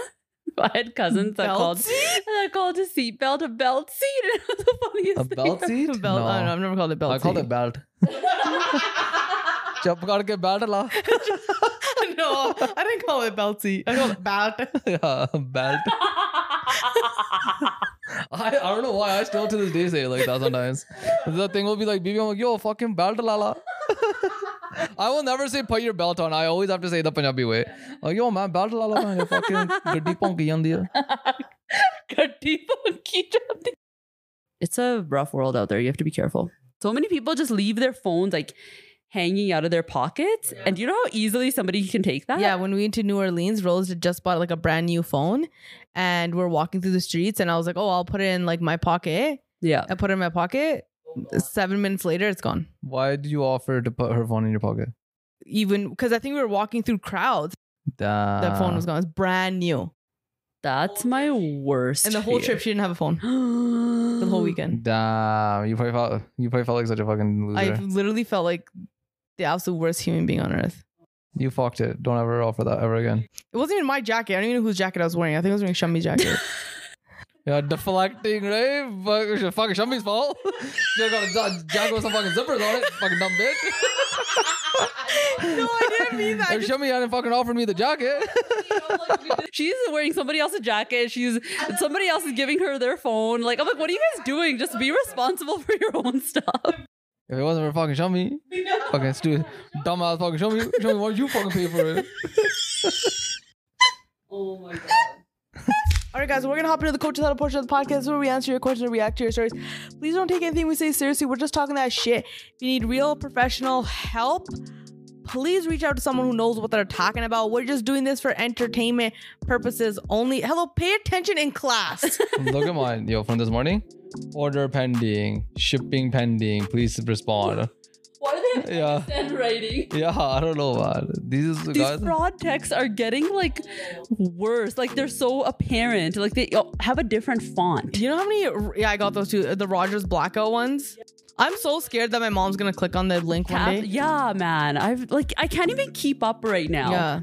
I had cousins that Belt called seat? that called a seat belt a belt seat. *laughs* It was the funniest *laughs* a thing. belt seat? Belt. I don't know, I've never called it belt. I called seat. *laughs* it belt. Jump karke belt la. *laughs* no, I didn't call it belt seat. *laughs* I called it bat. *laughs* yeah, *laughs* belt. I, I don't know why I still to this day say it like that sometimes. The thing will be like, "Baby, I'm like, yo, fucking belt lala. *laughs* I will never say put your belt on. I always have to say it the Punjabi way. Like, yo, man, belt lala, man, *laughs* you fucking ਗੱਡੀ ਭੌਂਕੀ ਜਾਂਦੀ ਆ." ਗੱਡੀ ਭੌਂਕੀ ਜਾਂਦੀ। It's a rough world out there. You have to be careful. So many people just leave their phones like hanging out of their pockets. And do you know how easily somebody can take that? Yeah, when we went to New Orleans, Rose had just bought like a brand new phone, and we're walking through the streets, and I was like, "Oh, I'll put it in like my pocket." Yeah. I put it in my pocket. Seven minutes later, it's gone. Why did you offer to put her phone in your pocket? Even because I think we were walking through crowds, Damn. that phone was gone. It's brand new, That's my worst. and the whole trip she didn't have a *gasps* phone. The the *gasps* whole weekend, Damn, you probably felt you probably felt like such a fucking loser. I literally felt like the absolute worst human being on earth. You fucked it. Don't ever offer that ever again. It wasn't even my jacket. I don't even know whose jacket I was wearing. I think I was wearing Shammi's jacket. Yeah, deflecting, right? Fuck, fucking Shummi's fault. *laughs* You got a ja- jacket with some fucking zippers on it, fucking dumb bitch. *laughs* no, I didn't mean *laughs* that. I If just- Shummi hadn't fucking offered me the jacket, *laughs* She's wearing somebody else's jacket. She's somebody else is giving her their phone. Like I'm like, what are you guys doing? Just be responsible for your own stuff. if it wasn't for fucking Shummi, fucking stupid, dumbass fucking Shummi, Shummi, why did you fucking pay for it? Oh my god. All right, guys, we're gonna hop into the coach without a portion of the podcast where we answer your questions and react to your stories. Please don't take anything we say seriously. We're just talking that shit. If you need real professional help, please reach out to someone who knows what they're talking about. We're just doing this for entertainment purposes only. Hello, pay attention in class. Look at mine, yo, from this morning. Order pending, shipping pending. Please respond. Why do they have Yeah, handwriting? yeah, I don't know, man. These is These guys. fraud texts are getting like worse. Like they're so apparent. Like they oh, have a different font. you know how many? Yeah, I got those two, the Rogers blackout ones. I'm so scared that my mom's gonna click on the link one Cap- day. yeah, man. I've like I can't even keep up right now. Yeah.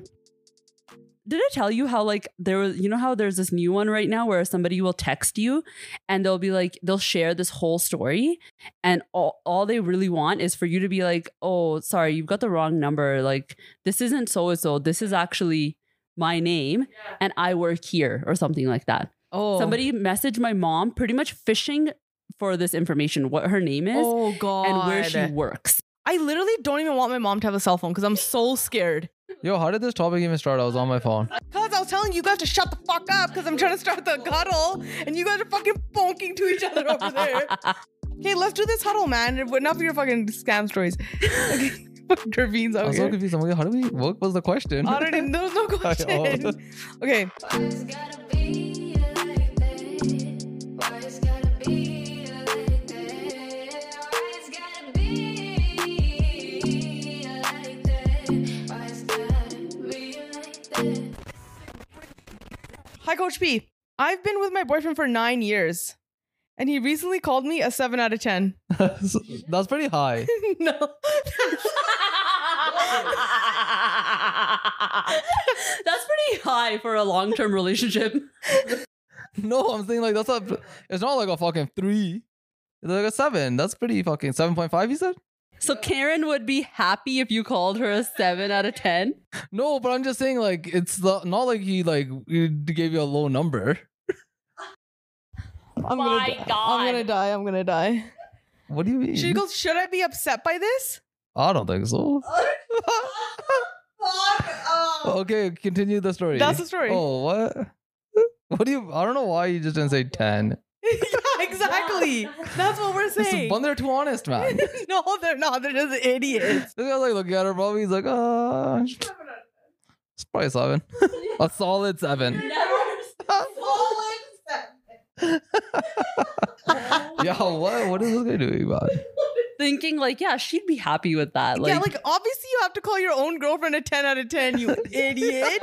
Did I tell you how like there was you know how there's this new one right now where somebody will text you and they'll be like they'll share this whole story and all, all they really want is for you to be like, "Oh, sorry, you've got the wrong number. Like this isn't so and so. This is actually my name and I work here or something like that." Oh. Somebody messaged my mom pretty much fishing for this information, what her name is Oh God. and where she *laughs* works. I literally don't even want my mom to have a cell phone because I'm so scared. Yo, how did this topic even start? I was on my phone. Cause I was telling you, you guys to shut the fuck up because I'm trying to start the cuddle and you guys are fucking bonking to each other over *laughs* there. okay, let's do this huddle, man. Enough of your fucking scam *laughs* stories. Okay, *laughs* fuck Dravine's I over was so here. confused. I'm like, how do we? What was the question? I don't even- there *laughs* was no question. Okay, Why it's gotta be like that? Why it's gotta be like that? Why it's gotta be like that? Why it's gotta be like that? hi Coach P. I've been with my boyfriend for nine years, and he recently called me a seven out of ten. *laughs* That's pretty high. no, *laughs* That's pretty high for a long term relationship. *laughs* No, I'm saying like that's not. It's not like a fucking three. It's like a seven. That's pretty fucking seven point five. You said So Karen would be happy if you called her a seven out of ten. no, but I'm just saying like it's the, not like he like he gave you a low number. I'm gonna. My die. I'm gonna die. I'm gonna die. What do you mean? Mhm. She goes, should I be upset by this? I don't *laughs* think so. okay, continue the story. That's the story. Oh, what? *laughs* What do you? I don't know why you just didn't say ten. *laughs* yeah, exactly. That's what we're This saying. one, they're too *laughs* honest, man. this *laughs* no, they're not. They're just idiots. guy's like looking at her, probably he's like, uh, it's probably a seven, *laughs* a solid seven. *laughs* Yeah, what? What is this guy doing, man? Thinking like, yeah, she'd be happy with that. Like, yeah, like obviously you have to call your own girlfriend a 10 out of 10, *laughs* you idiot.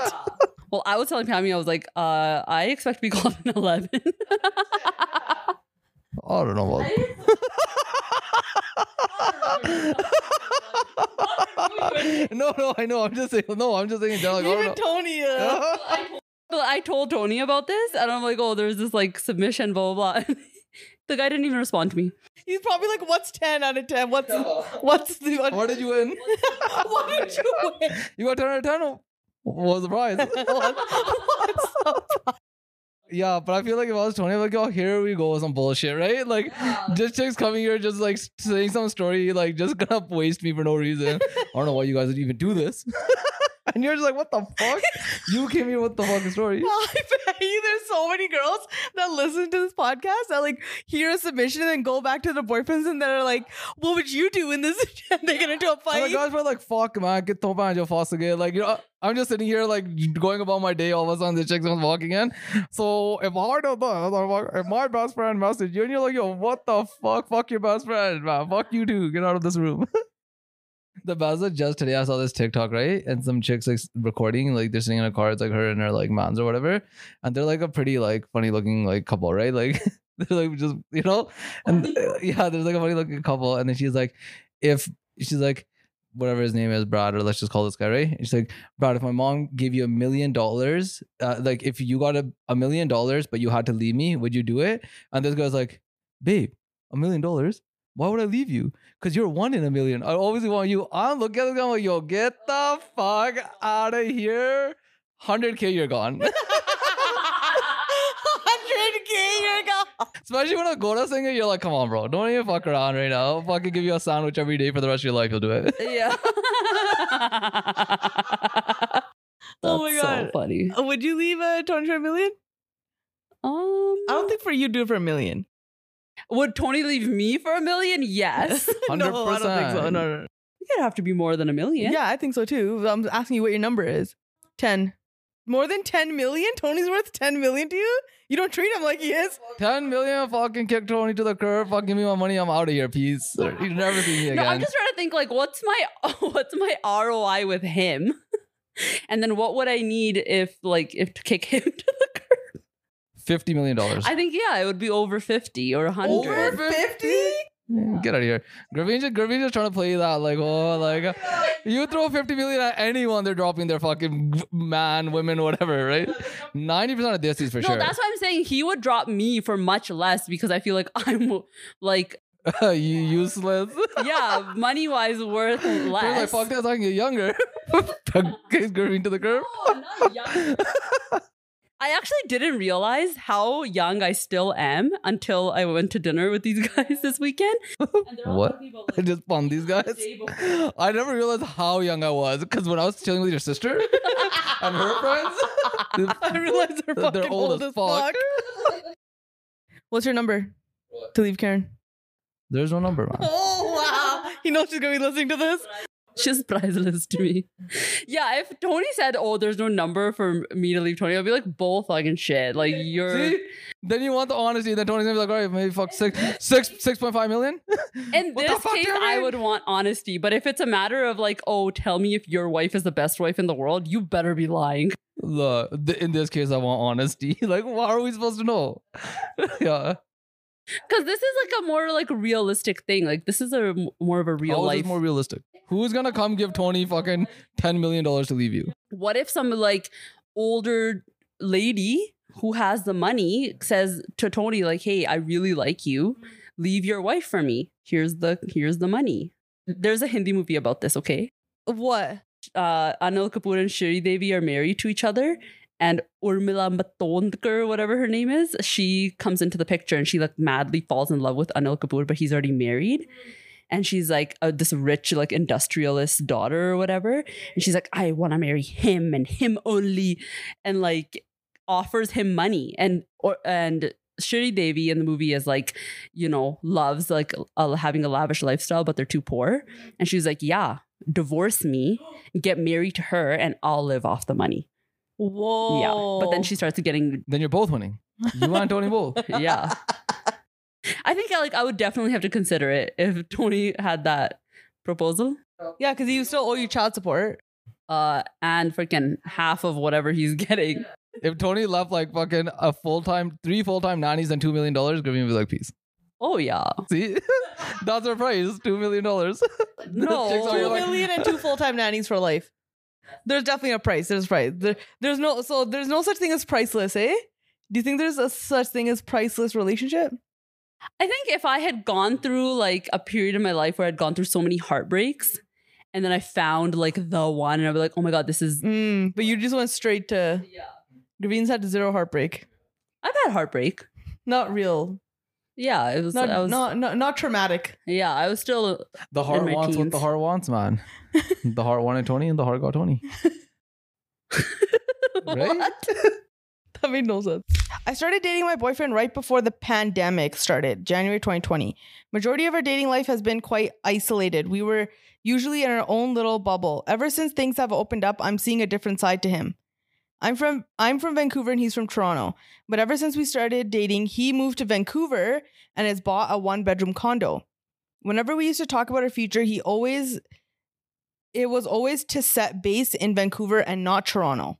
well, I was telling Pammy, I was like, uh, I expect to be called an eleven. I don't know what. *laughs* no, no, I know. I'm just saying. No, I'm just saying. They're like, I Even don't Tony. *laughs* uh, Uh-huh. know. But I told Tony about this, and I'm like, oh, there's this like submission, blah blah. *laughs* blah. the guy didn't even respond to me. he's probably like, what's 10 out of 10? What's what's the what, what did you win? *laughs* what did *laughs* you win? You got ten out of ten. What was the *laughs* prize? yeah, but I feel like if I was Tony, I'm like, oh, here we go with some bullshit, right? Like, just chicks coming here, just like saying some story, like just *laughs* gonna waste me for no reason. I don't know why you guys would even do this. *laughs* and you're just like, what the *laughs* fuck? you came here with the fucking story. I bet you there's so many girls that listen to this podcast that like hear a submission and then go back to their boyfriends and that are like, what would you do in this? *laughs* And they get into a I'm fight. *laughs* like, guys, were like, fuck, man, get the man, your fast again. Like, you know, I'm just sitting here, like, going about my day. All of a sudden, the chick comes walking in. So, if I don't know, if my best friend messaged you, and you're like, yo, what the fuck? Fuck your best friend, man. Fuck you too. Get out of this room. *laughs* the best is just today, I saw this TikTok, right? And some chicks, like, recording, like, they're sitting in a car. It's like her and her, like, mans or whatever. And they're, like, a pretty, like, funny looking, like, couple, right? Like, *laughs* they're like, just, you know? And uh, yeah, there's like a funny looking couple. And then she's like, if she's like, whatever his name is, Brad, or let's just call this guy, right? She's like, Brad, if my mom gave you a million dollars, uh, like if you got a, a million dollars, but you had to leave me, would you do it? And this guy's like, babe, a million dollars? Why would I leave you? Because you're one in a million. I always want you. I'm looking at this guy, I'm like, yo, get the fuck out of here. 100K, you're gone. *laughs* 100k, you're gone. Especially when a Gora singer, you're like, come on, bro. Don't even fuck around right now. I'll fucking give you a sandwich every day for the rest of your life. You'll do it. *laughs* Yeah. Oh my That's God. so funny. Uh, Would you leave uh, Tony *laughs* for a million? *laughs* Um, I don't think for you do it for a million. would Tony leave me for a *laughs* million? Yes. 100%. *laughs* *laughs* No, I don't think so. No, no, no. It'd have to be more than a million. Yeah, I think so too. I'm asking you what your number is. 10. More than 10 million? Tony's worth 10 million to you? You don't treat him like he is. 10 million fucking kick Tony to the curb. Fuck, give me my money. I'm out of here. Peace. You never see me No, I'm again. just trying to think like what's my *laughs* what's my ROI with him? *laughs* and then what would I need if like if to kick him *laughs* to the curb? 50 million dollars. I think yeah, it would be over 50 or 100. Over 50? Get out of here. Gravin's just, Gravin's just trying to play that. Like, oh, like, you throw 50 million at anyone, they're dropping their fucking man, women, whatever, right? 90% of this is for no, sure. that's why I'm saying he would drop me for much less because I feel like *laughs* I'm like *laughs* you useless. yeah, money wise *laughs* worth They're like, less. fuck this, I can get younger. *laughs* Kicks Gravin to the curb. I actually didn't realize how young I still am until I went to dinner with these *laughs* guys this weekend. What? I just bummed these guys. I never realized how young I was because when I was chilling with your sister and her friends, *laughs* I realize they're They're fucking old old, as as fuck. *laughs* What's your number to leave Karen? there's no number, man. *laughs* Oh wow! He knows she's gonna be listening to this. She's priceless to me. Yeah, if Tony said, "Oh, there's no number for me to leave Tony," I'd be like, "Bull fucking shit!" Like you're, See? Then you want the honesty. Then Tony's gonna be like, all right, maybe fuck six, six, six point five million. in What the this fuck do case, you I mean? would want honesty. But if it's a matter of like, "Oh, tell me if your wife is the best wife in the world," you better be lying. Look, th- in this case, I want honesty. *laughs* like, what are we supposed to know? *laughs* yeah, Because this is like a more like realistic thing. Like this is a m- more of a real How is this life. more realistic. Who's gonna come give Tony fucking ten million dollars to leave you? what if some like older lady who has the money says to Tony like, "Hey, I really like you. Leave your wife for me. Here's the here's the money." There's a Hindi movie about this, okay? What? Uh, Anil Kapoor and Shri Devi are married to each other, and Urmila Matondkar, whatever her name is, she comes into the picture and she like madly falls in love with Anil Kapoor, but he's already married. And she's like uh, this rich, like industrialist daughter or whatever. And she's like, I want to marry him and him only. And like, offers him money and or and Shuri Devi in the movie is like, you know, loves like uh, having a lavish lifestyle, but they're too poor. And she's like, yeah, divorce me, get married to her, and I'll live off the money. Whoa. Yeah. But then she starts getting, Then you're both winning. You and Tony *laughs* both. *laughs* yeah. I think I like I would definitely have to consider it if Tony had that proposal. Yeah, because you still owe you child support. Uh, and freaking half of whatever he's getting. If Tony left like fucking a full time, three full time nannies and two million dollars, Grammy would be like, peace. Oh yeah, See, *laughs* that's our price, two million dollars. *laughs* no, Chicks are Two like- million *laughs* and two full time nannies for life. There's definitely a price. There's price. There, there's no so there's no such thing as priceless, eh? Do you think there's a such thing as priceless relationship? I think if I had gone through like a period in my life where I'd gone through so many heartbreaks, and then I found like the one, and I'd be like, oh my god, this is. Mm, but you just went straight to Yeah. Gravine's had zero heartbreak. I've had heartbreak. Not real. Yeah, it was. Not I was not, not not traumatic. yeah, I was still. The heart my wants what teens. the heart wants, *laughs* man. the heart wanted Tony, and the heart got Tony. Right? *laughs* What? *laughs* That made no sense. I started dating my boyfriend right before the pandemic started, January 2020. Majority of our dating life has been quite isolated. We were usually in our own little bubble. Ever since things have opened up, I'm seeing a different side to him. I'm from I'm from Vancouver and he's from Toronto. But ever since we started dating, he moved to Vancouver and has bought a one bedroom condo. Whenever we used to talk about our future, he always it was always to set base in Vancouver and not Toronto.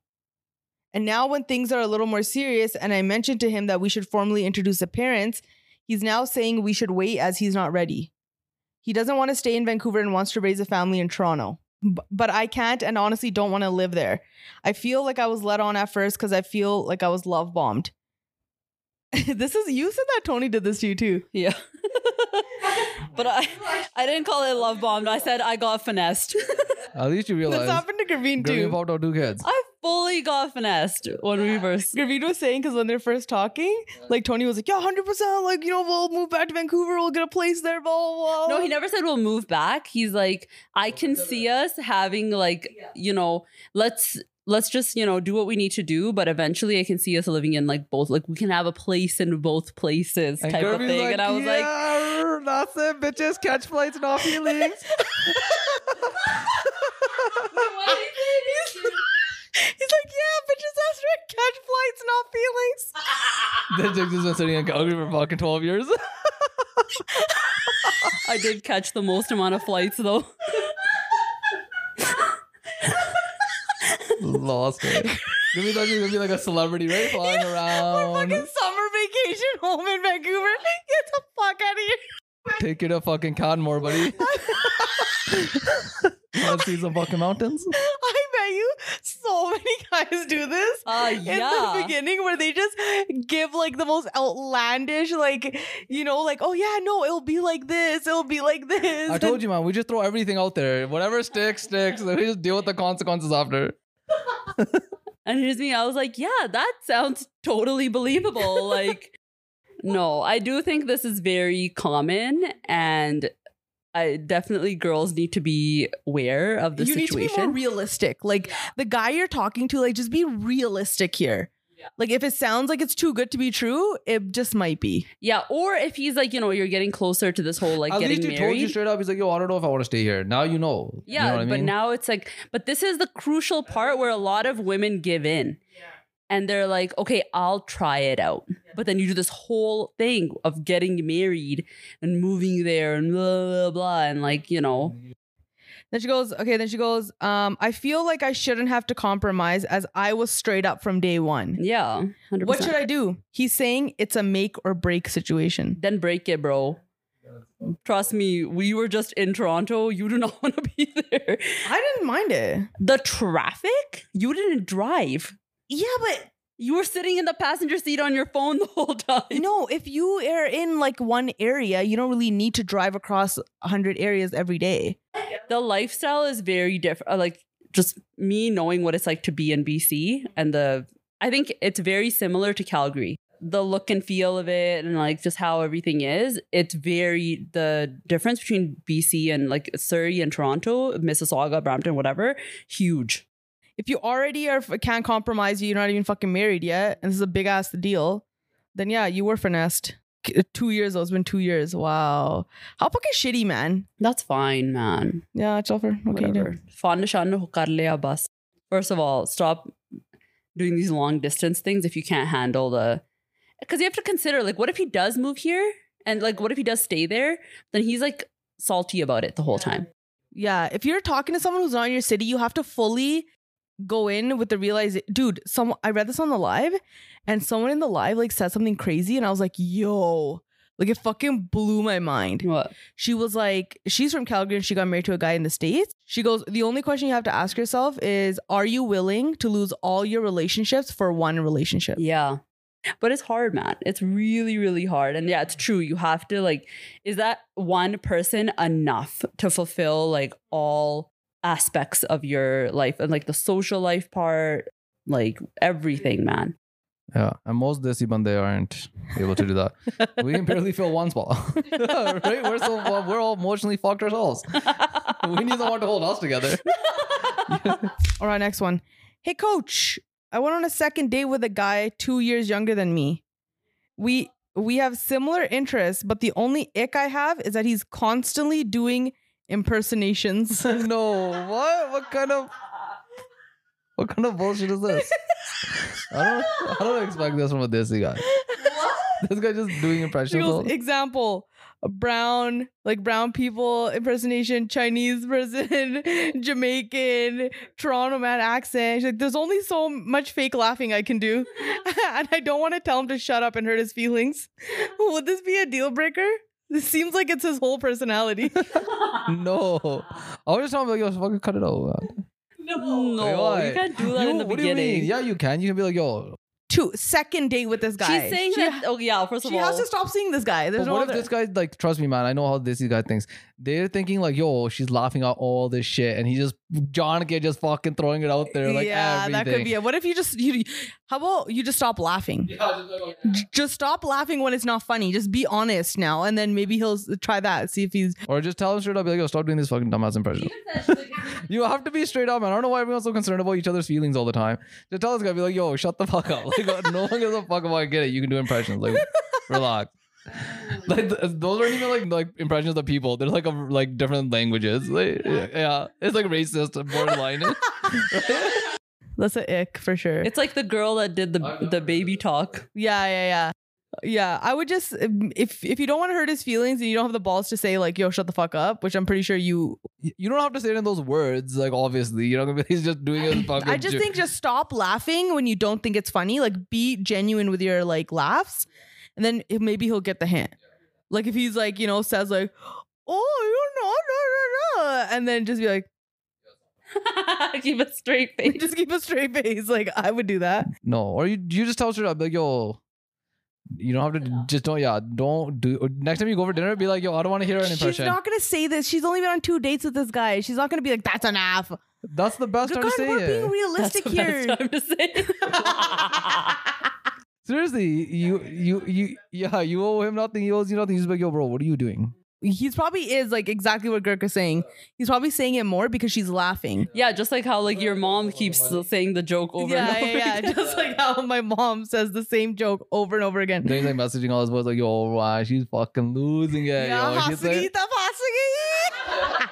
And now, when things are a little more serious, and I mentioned to him that we should formally introduce the parents, he's now saying we should wait as he's not ready. He doesn't want to stay in Vancouver and wants to raise a family in Toronto. B- But I can't and honestly don't want to live there. I feel like I was let on at first because I feel like I was love bombed. *laughs* this is you said that Tony did this to you too. Yeah. *laughs* but I, I didn't call it love bombed. I said I got finessed. *laughs* At least you That's realize. happened to Graveen Grammy too. popped out two kids. I fully got finessed when we first. Graveen was saying because when they're first talking, like Tony was like, "Yeah, hundred percent. Like you know, we'll move back to Vancouver. We'll get a place there. Blah blah." blah." No, he never said we'll move back. He's like, I can see us having like, you know, let's let's just you know do what we need to do, but eventually I can see us living in like both, like we can have a place in both places type of Kirby's thing. and I was like, "Yeah, that's it, bitches. Catch flights, not *laughs* feelings. *laughs* He's like, yeah, bitches, that's right. Catch flights, not feelings. That chick has been sitting in Calgary for fucking 12 years. *laughs* I did catch the most amount of flights though. Lost it. Grammy thought you were gonna be like a celebrity, *laughs* right? Flying around. Fucking summer vacation home in Vancouver. Get the fuck out of here. Take you to fucking Canmore, *laughs* buddy. Wanna see some fucking mountains? I bet you so many guys do this. Uh, In the yeah. beginning, where they just give like the most outlandish, like, you know, like, oh yeah, no, it'll be like this, it'll be like this. I told you, man, we just throw everything out there. Whatever sticks, sticks. We just deal with the consequences after. And here's me. I was like, yeah, that sounds totally believable. like, no, I do think this is very common and I definitely girls need to be aware of the you situation. need to be more realistic. Like the guy you're talking to, like just be realistic here. Like if it sounds like it's too good to be true, it just might be. yeah, or if he's like, you know, you're getting closer to this whole like At getting least he told married. you straight up. He's like, yo, I don't know if I want to stay here. Now you know. You yeah, know what I but mean? now it's like, but this is the crucial part where a lot of women give in. And they're like, okay, I'll try it out. But then you do this whole thing of getting married and moving there and blah, blah, blah. And like, you know, Mm-hmm. Then she goes, okay, then she goes, um, I feel like I shouldn't have to compromise as I was straight up from day one. Yeah. 100%. What should I do? He's saying it's a make or break situation. Then break it, bro. Trust me, we were just in Toronto. You do *laughs* not want to be there. I didn't mind it. The traffic? You didn't drive. Yeah, but You were sitting in the passenger seat on your phone the whole *laughs* time. no, if you are in like one area, you don't really need to drive across 100 areas every day. The lifestyle is very different. Like, just me knowing what it's like to be in BC and the, I think it's very similar to Calgary. The look and feel of it and like just how everything is, it's very, the difference between BC and like Surrey and Toronto, Mississauga, Brampton, whatever, huge. if you already are can't compromise, you're not even fucking married yet, and this is a big ass deal, then yeah, you were finessed. K- Two years, though. It's been two years. Wow. How fucking shitty, man. That's fine, man. Yeah, it's over. Okay. Whatever. dude. Fond shan kar liya bus. First of all, stop doing these long distance things if you can't handle the. Because you have to consider, like, what if he does move here? And, like, what if he does stay there? Then he's, like, salty about it the whole time. Yeah. If you're talking to someone who's not in your city, you have to fully go in with the realize dude, some I read this on the live and someone in the live like said something crazy and I was like, yo. Like it fucking blew my mind. What? she was like, she's from Calgary and she got married to a guy in the States. She goes, the only question you have to ask yourself is, are you willing to lose all your relationships for one relationship? Yeah. But it's hard, man. It's really, really hard. And yeah, it's true. You have to like, is that one person enough to fulfill like all aspects of your life and like the social life part, like everything, man. Yeah, and most desi bande aren't able to do *laughs* that. we barely fill one spot, *laughs* right? We're so we're all emotionally fucked *laughs* ourselves. We need someone to hold us together. *laughs* All right, next one. Hey, coach, I went on a second date with a guy two years younger than me. We we have similar interests, but the only ick I have is that he's constantly doing impersonations. no, what? What kind of what kind of bullshit is this? I don't I don't expect this from a desi guy. This guy just doing She impressions. goes, all- example a brown like brown people impersonation chinese person *laughs* jamaican toronto man accent she's like there's only so much fake laughing i can *laughs* do and i don't want to tell him to shut up and hurt his *laughs* feelings would this be a deal breaker this seems like it's his whole *laughs* personality "Ah." no, I was just telling him like, yo, fucking cut it out. man. Like, No, why? you can't do that in You- the what beginning. Do you mean? Yeah, you can. You can be like, yo, two second date with this guy She's saying she, that. Oh yeah, first of she all, has to stop seeing this guy there's But no what other if this guy like trust me, man? I know how this guy thinks. They're thinking like, yo, she's laughing at all this shit, and he just John K just fucking throwing it out there like yeah, everything. that could be it. What if you just you? How about you just stop laughing? J- Just stop laughing when it's not funny. Just be honest now, and then maybe he'll s- try that. See if he's Or just tell him straight up, be like, yo, stop doing this fucking dumbass impression. you have to be straight up, man. I don't know why everyone's so concerned about each other's feelings all the time. Just tell this guy, be like, yo, shut the fuck up. *laughs* Like, no one gives a fuck about it. Get it? You can do *laughs* impressions. Like, relax. Like th- those aren't even like like impressions of people. They're like a, like different languages. Like, yeah, it's like racist, *laughs* borderline. that's an ick for sure. it's like the girl that did the the baby talk. *laughs* yeah, yeah, yeah. Yeah, I would just if if you don't want to hurt his feelings and you don't have the balls to say like yo shut the fuck up, which I'm pretty sure you. Y- you don't have to say it in those words, like obviously. You know, what I mean? *laughs* he's just doing his *laughs* fucking. I just ju- think just stop laughing when you don't think it's funny. Like be genuine with your like laughs, and then it- maybe he'll get the hint. Like if he's like you know says like oh you know no no no, and then just be like *laughs* Keep a straight face. just keep a straight face. Like I would do that. no, or you you just tell straight up like yo. You don't have to just don't yeah don't do next time you go for dinner be like yo I don't want to hear an She's impression. not gonna say this. She's only been on two dates with this guy. She's not gonna be like that's enough. That's the best time to God, say we're being it. realistic here. That's the best time Seriously, you you you yeah you owe him nothing. He owes you nothing. He's like yo bro, what are you doing? *laughs* He's probably is like exactly what Gurkha's saying. He's probably saying it more because she's laughing. to say. *laughs* yeah, just like how like your mom keeps saying the joke over yeah, and over. yeah, yeah. again. *laughs* Just *laughs* like how my mom says the same joke over and over again. Then he's like messaging all his boys like yo wow, she's fucking losing it. Yeah, yo. She's like, Hasugita, Hasugita.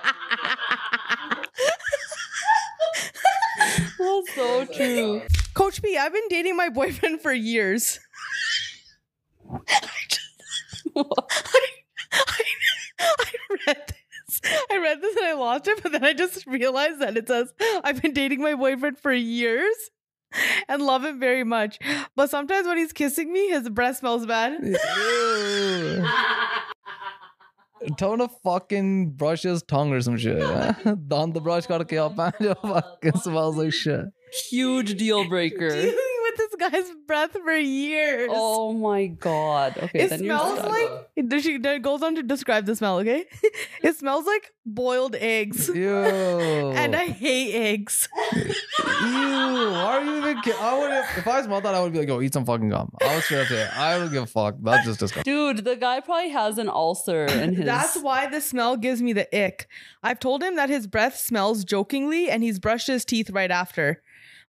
That's so true. *laughs* Coach P, I've been dating my boyfriend for years. *laughs* I read this. I read this and I lost it, but then I just realized that it says, I've been dating my boyfriend for years and love him very much. But sometimes when he's kissing me, his breath smells bad. Ew. Tell him to fucking brush his tongue or some shit. *laughs* Don the brush got to up, man. It *laughs* fucking smells like shit. *laughs* Huge deal *laughs* breaker. Dealing with this guy's breath for years. Oh my god. Okay, It then smells you're like it- does she then goes on to describe the smell, okay? *laughs* it smells like boiled eggs. Ew. And I hate eggs. Ew. Why are you even ki- I would if I smelled that, I would be like, yo, eat some fucking gum. I would straight up say, I don't give a fuck. That's just disgusting. Dude, the guy probably has an ulcer in *laughs* his. That's why the smell gives me the ick. I've told him that his breath smells jokingly and he's brushed his teeth right after.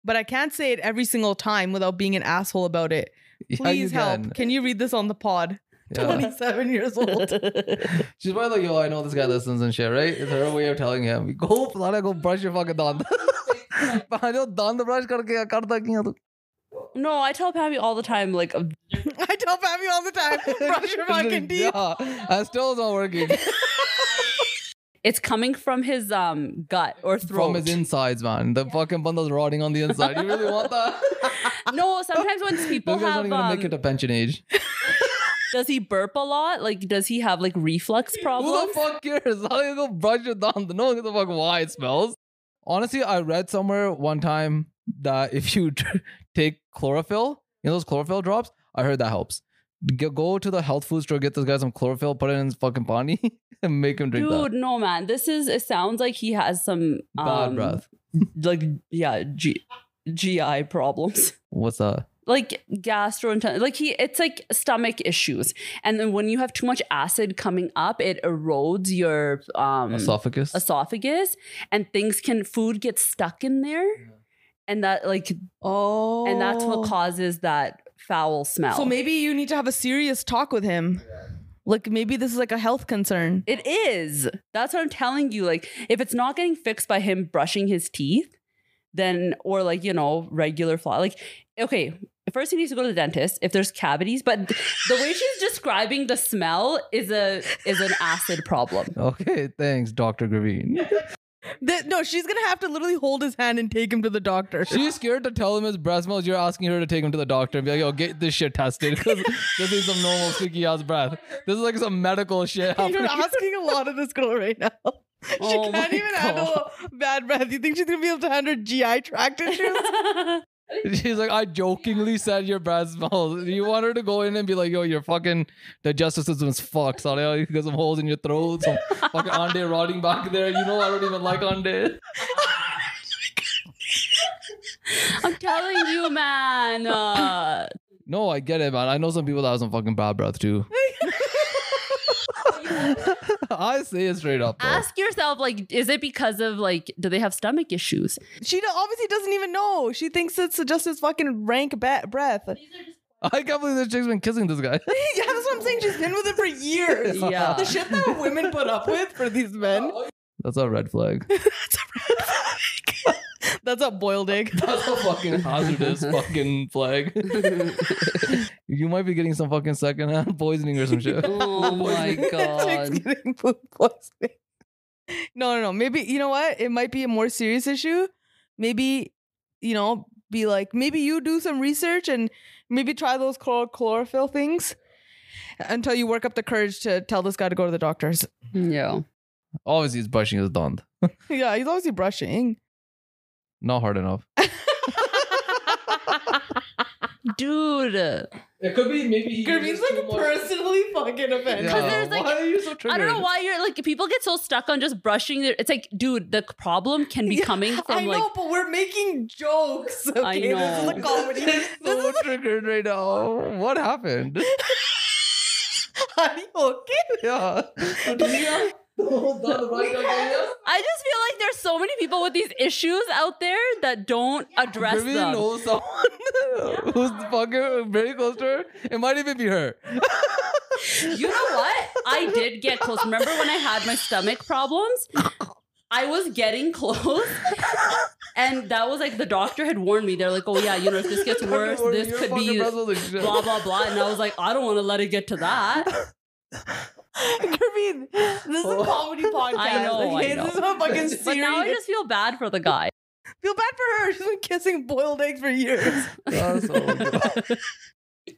but I can't say it every single time without being an asshole about it. Yeah, Please you help. can. Can. you read this on the pod? Yeah. 27 years *laughs* old. She's probably like, yo, I know this guy listens and shit, right? It's her way of telling him, go, Flana, go brush your fucking *laughs* dand. जो दंद brush करके करता क्यों तू no, I tell Pammy all the time, like, I tell Pammy all the time, *laughs* brush your fucking teeth. Yeah, and still it's not working it's coming from his um gut or throat. from his insides, man. The fucking banda's rotting on the inside. You really want that? no, sometimes when *laughs* *laughs* people Those guys have, don't even um, make it to pension age. does he burp a lot? Like, does he have like reflux Who the problems? fuck cares? *laughs* How do you go brush your dand? No one gives a fuck why it smells. Honestly, I read somewhere one time that if you *laughs* take chlorophyll, you know those chlorophyll drops. I heard that helps. G- Go to the health food store, get this guy some chlorophyll, put it in his fucking *laughs* pani, and make him drink Dude, that. no, man. This is. It sounds like he has some um, Bad breath. Like, yeah, G- GI problems. *laughs* What's that? like gastrointestinal like he it's like stomach issues and then when you have too much acid coming up it erodes your um Esophagus. esophagus and things can food gets stuck in there and that like Oh. and that's what causes that foul smell So maybe you need to have a serious talk with him. Like maybe this is like a health concern. it is that's what i'm telling you like if it's not getting fixed by him brushing his teeth then or like you know regular flaw like okay First, he needs to go to the dentist if there's cavities. But the way she's describing the smell is a is an acid problem. *laughs* okay, thanks, Doctor Gravine. Th- no, she's gonna have to literally hold his hand and take him to the doctor. *laughs* *laughs* She's scared to tell him his breath smells. You're asking her to take him to the doctor and be like, "Yo, get this shit tested *laughs* because this is some normal sticky ass breath. This is like some medical shit." *laughs* You're asking a lot of this girl right now. *laughs* She Oh can't my even God. handle bad breath. You think she's gonna be able to handle GI tract *laughs* issues? *laughs* She's like, I jokingly said your breath smells. You want her to go in and be like, yo, your fucking digestive system is fucked. Sorry, you got some holes in your throat, some fucking ande rotting back there. You know I don't even like ande. I'm telling you, *laughs* man. Uh, No, I get it, man. I know some people that have some fucking bad breath too. *laughs* I say it straight up. Though. ask yourself, like, is it because of like, do they have *laughs* stomach issues? *laughs* She do- obviously doesn't even know. She thinks it's just his fucking rank ba- breath. *laughs* *laughs* I can't believe this chick's been kissing this guy. *laughs* yeah, that's what I'm saying. She's been with him for years. Yeah. The shit that women put up with for these men. That's a red flag. That's a boiled egg. *laughs* That's a fucking *laughs* hazardous fucking flag. you might be getting some fucking secondhand poisoning or some *laughs* shit. *laughs* Oh my Chick's *laughs* god. *laughs* getting food poisoning. No, no, no. Maybe you know what? It might be a more serious issue. Maybe you know, be like maybe you do some research and maybe try those chlor- chlorophyll things until you work up the courage to tell this guy to go to the doctors. *laughs* Yeah. Obviously, he's brushing his dand. yeah, he's obviously brushing. Not hard enough. Dude. It could be maybe he Gurmeet's like personally fucking offended. Yeah. there's, like- why are you so I triggered? don't know why you're like people get so stuck on just brushing their it's like, dude, the problem can be Yeah, coming from *laughs* I like know, but we're making jokes. Okay, I this know. is a comedy. *laughs* this so is triggered right now. What *laughs* happened? *laughs* are you okay? yeah. I just feel like there's so many people with these issues out there that don't address Maybe them. knows someone *laughs* who's fucking very close to her. It might even be her. You know what? I did get close. Remember when I had my stomach problems? I was getting close. And that was like the doctor had warned me. They're like, oh yeah, you know, if this gets worse, this Your could fucking be breath smells like shit. blah blah blah. And I was like, I don't want to let it get to that. Gurmeet, this is a comedy *laughs* podcast. I know, okay? I know. This is a fucking serious. But now I just feel bad for the guy. feel bad for her. *laughs* She's been kissing boiled eggs for *laughs* years. *laughs* That's so good.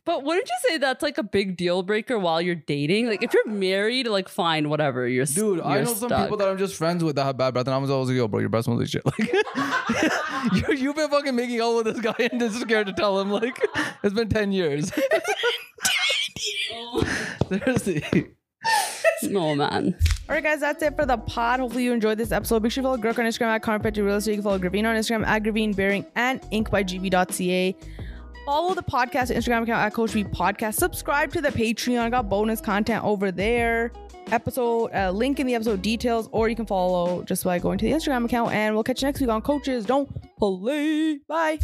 But wouldn't you say that's like a big deal breaker while you're dating? Like if you're married, like fine, whatever. You're s- Dude, I you're know some stuck. people that I'm just friends with that have bad breath, and I'm always like, yo, bro, your breath smells like shit. *laughs* Like, you, you've been fucking making out with this guy and just scared to tell him. Like, *laughs* it's been 10 years. *laughs* Seriously. No man. All right, guys, that's it for the pod. Hopefully, you enjoyed this episode. Make sure you follow Greg on Instagram at Carpet Real Estate. You can follow Gravine on Instagram at Gravine Bearing and Ink by GB.ca. Follow the podcast Instagram account at Coach B Podcast. Subscribe to the Patreon. Got bonus content over there. Episode uh, link in the episode details, or you can follow just by going to the Instagram account. And we'll catch you next week on Coaches Don't Chipotle. Bye.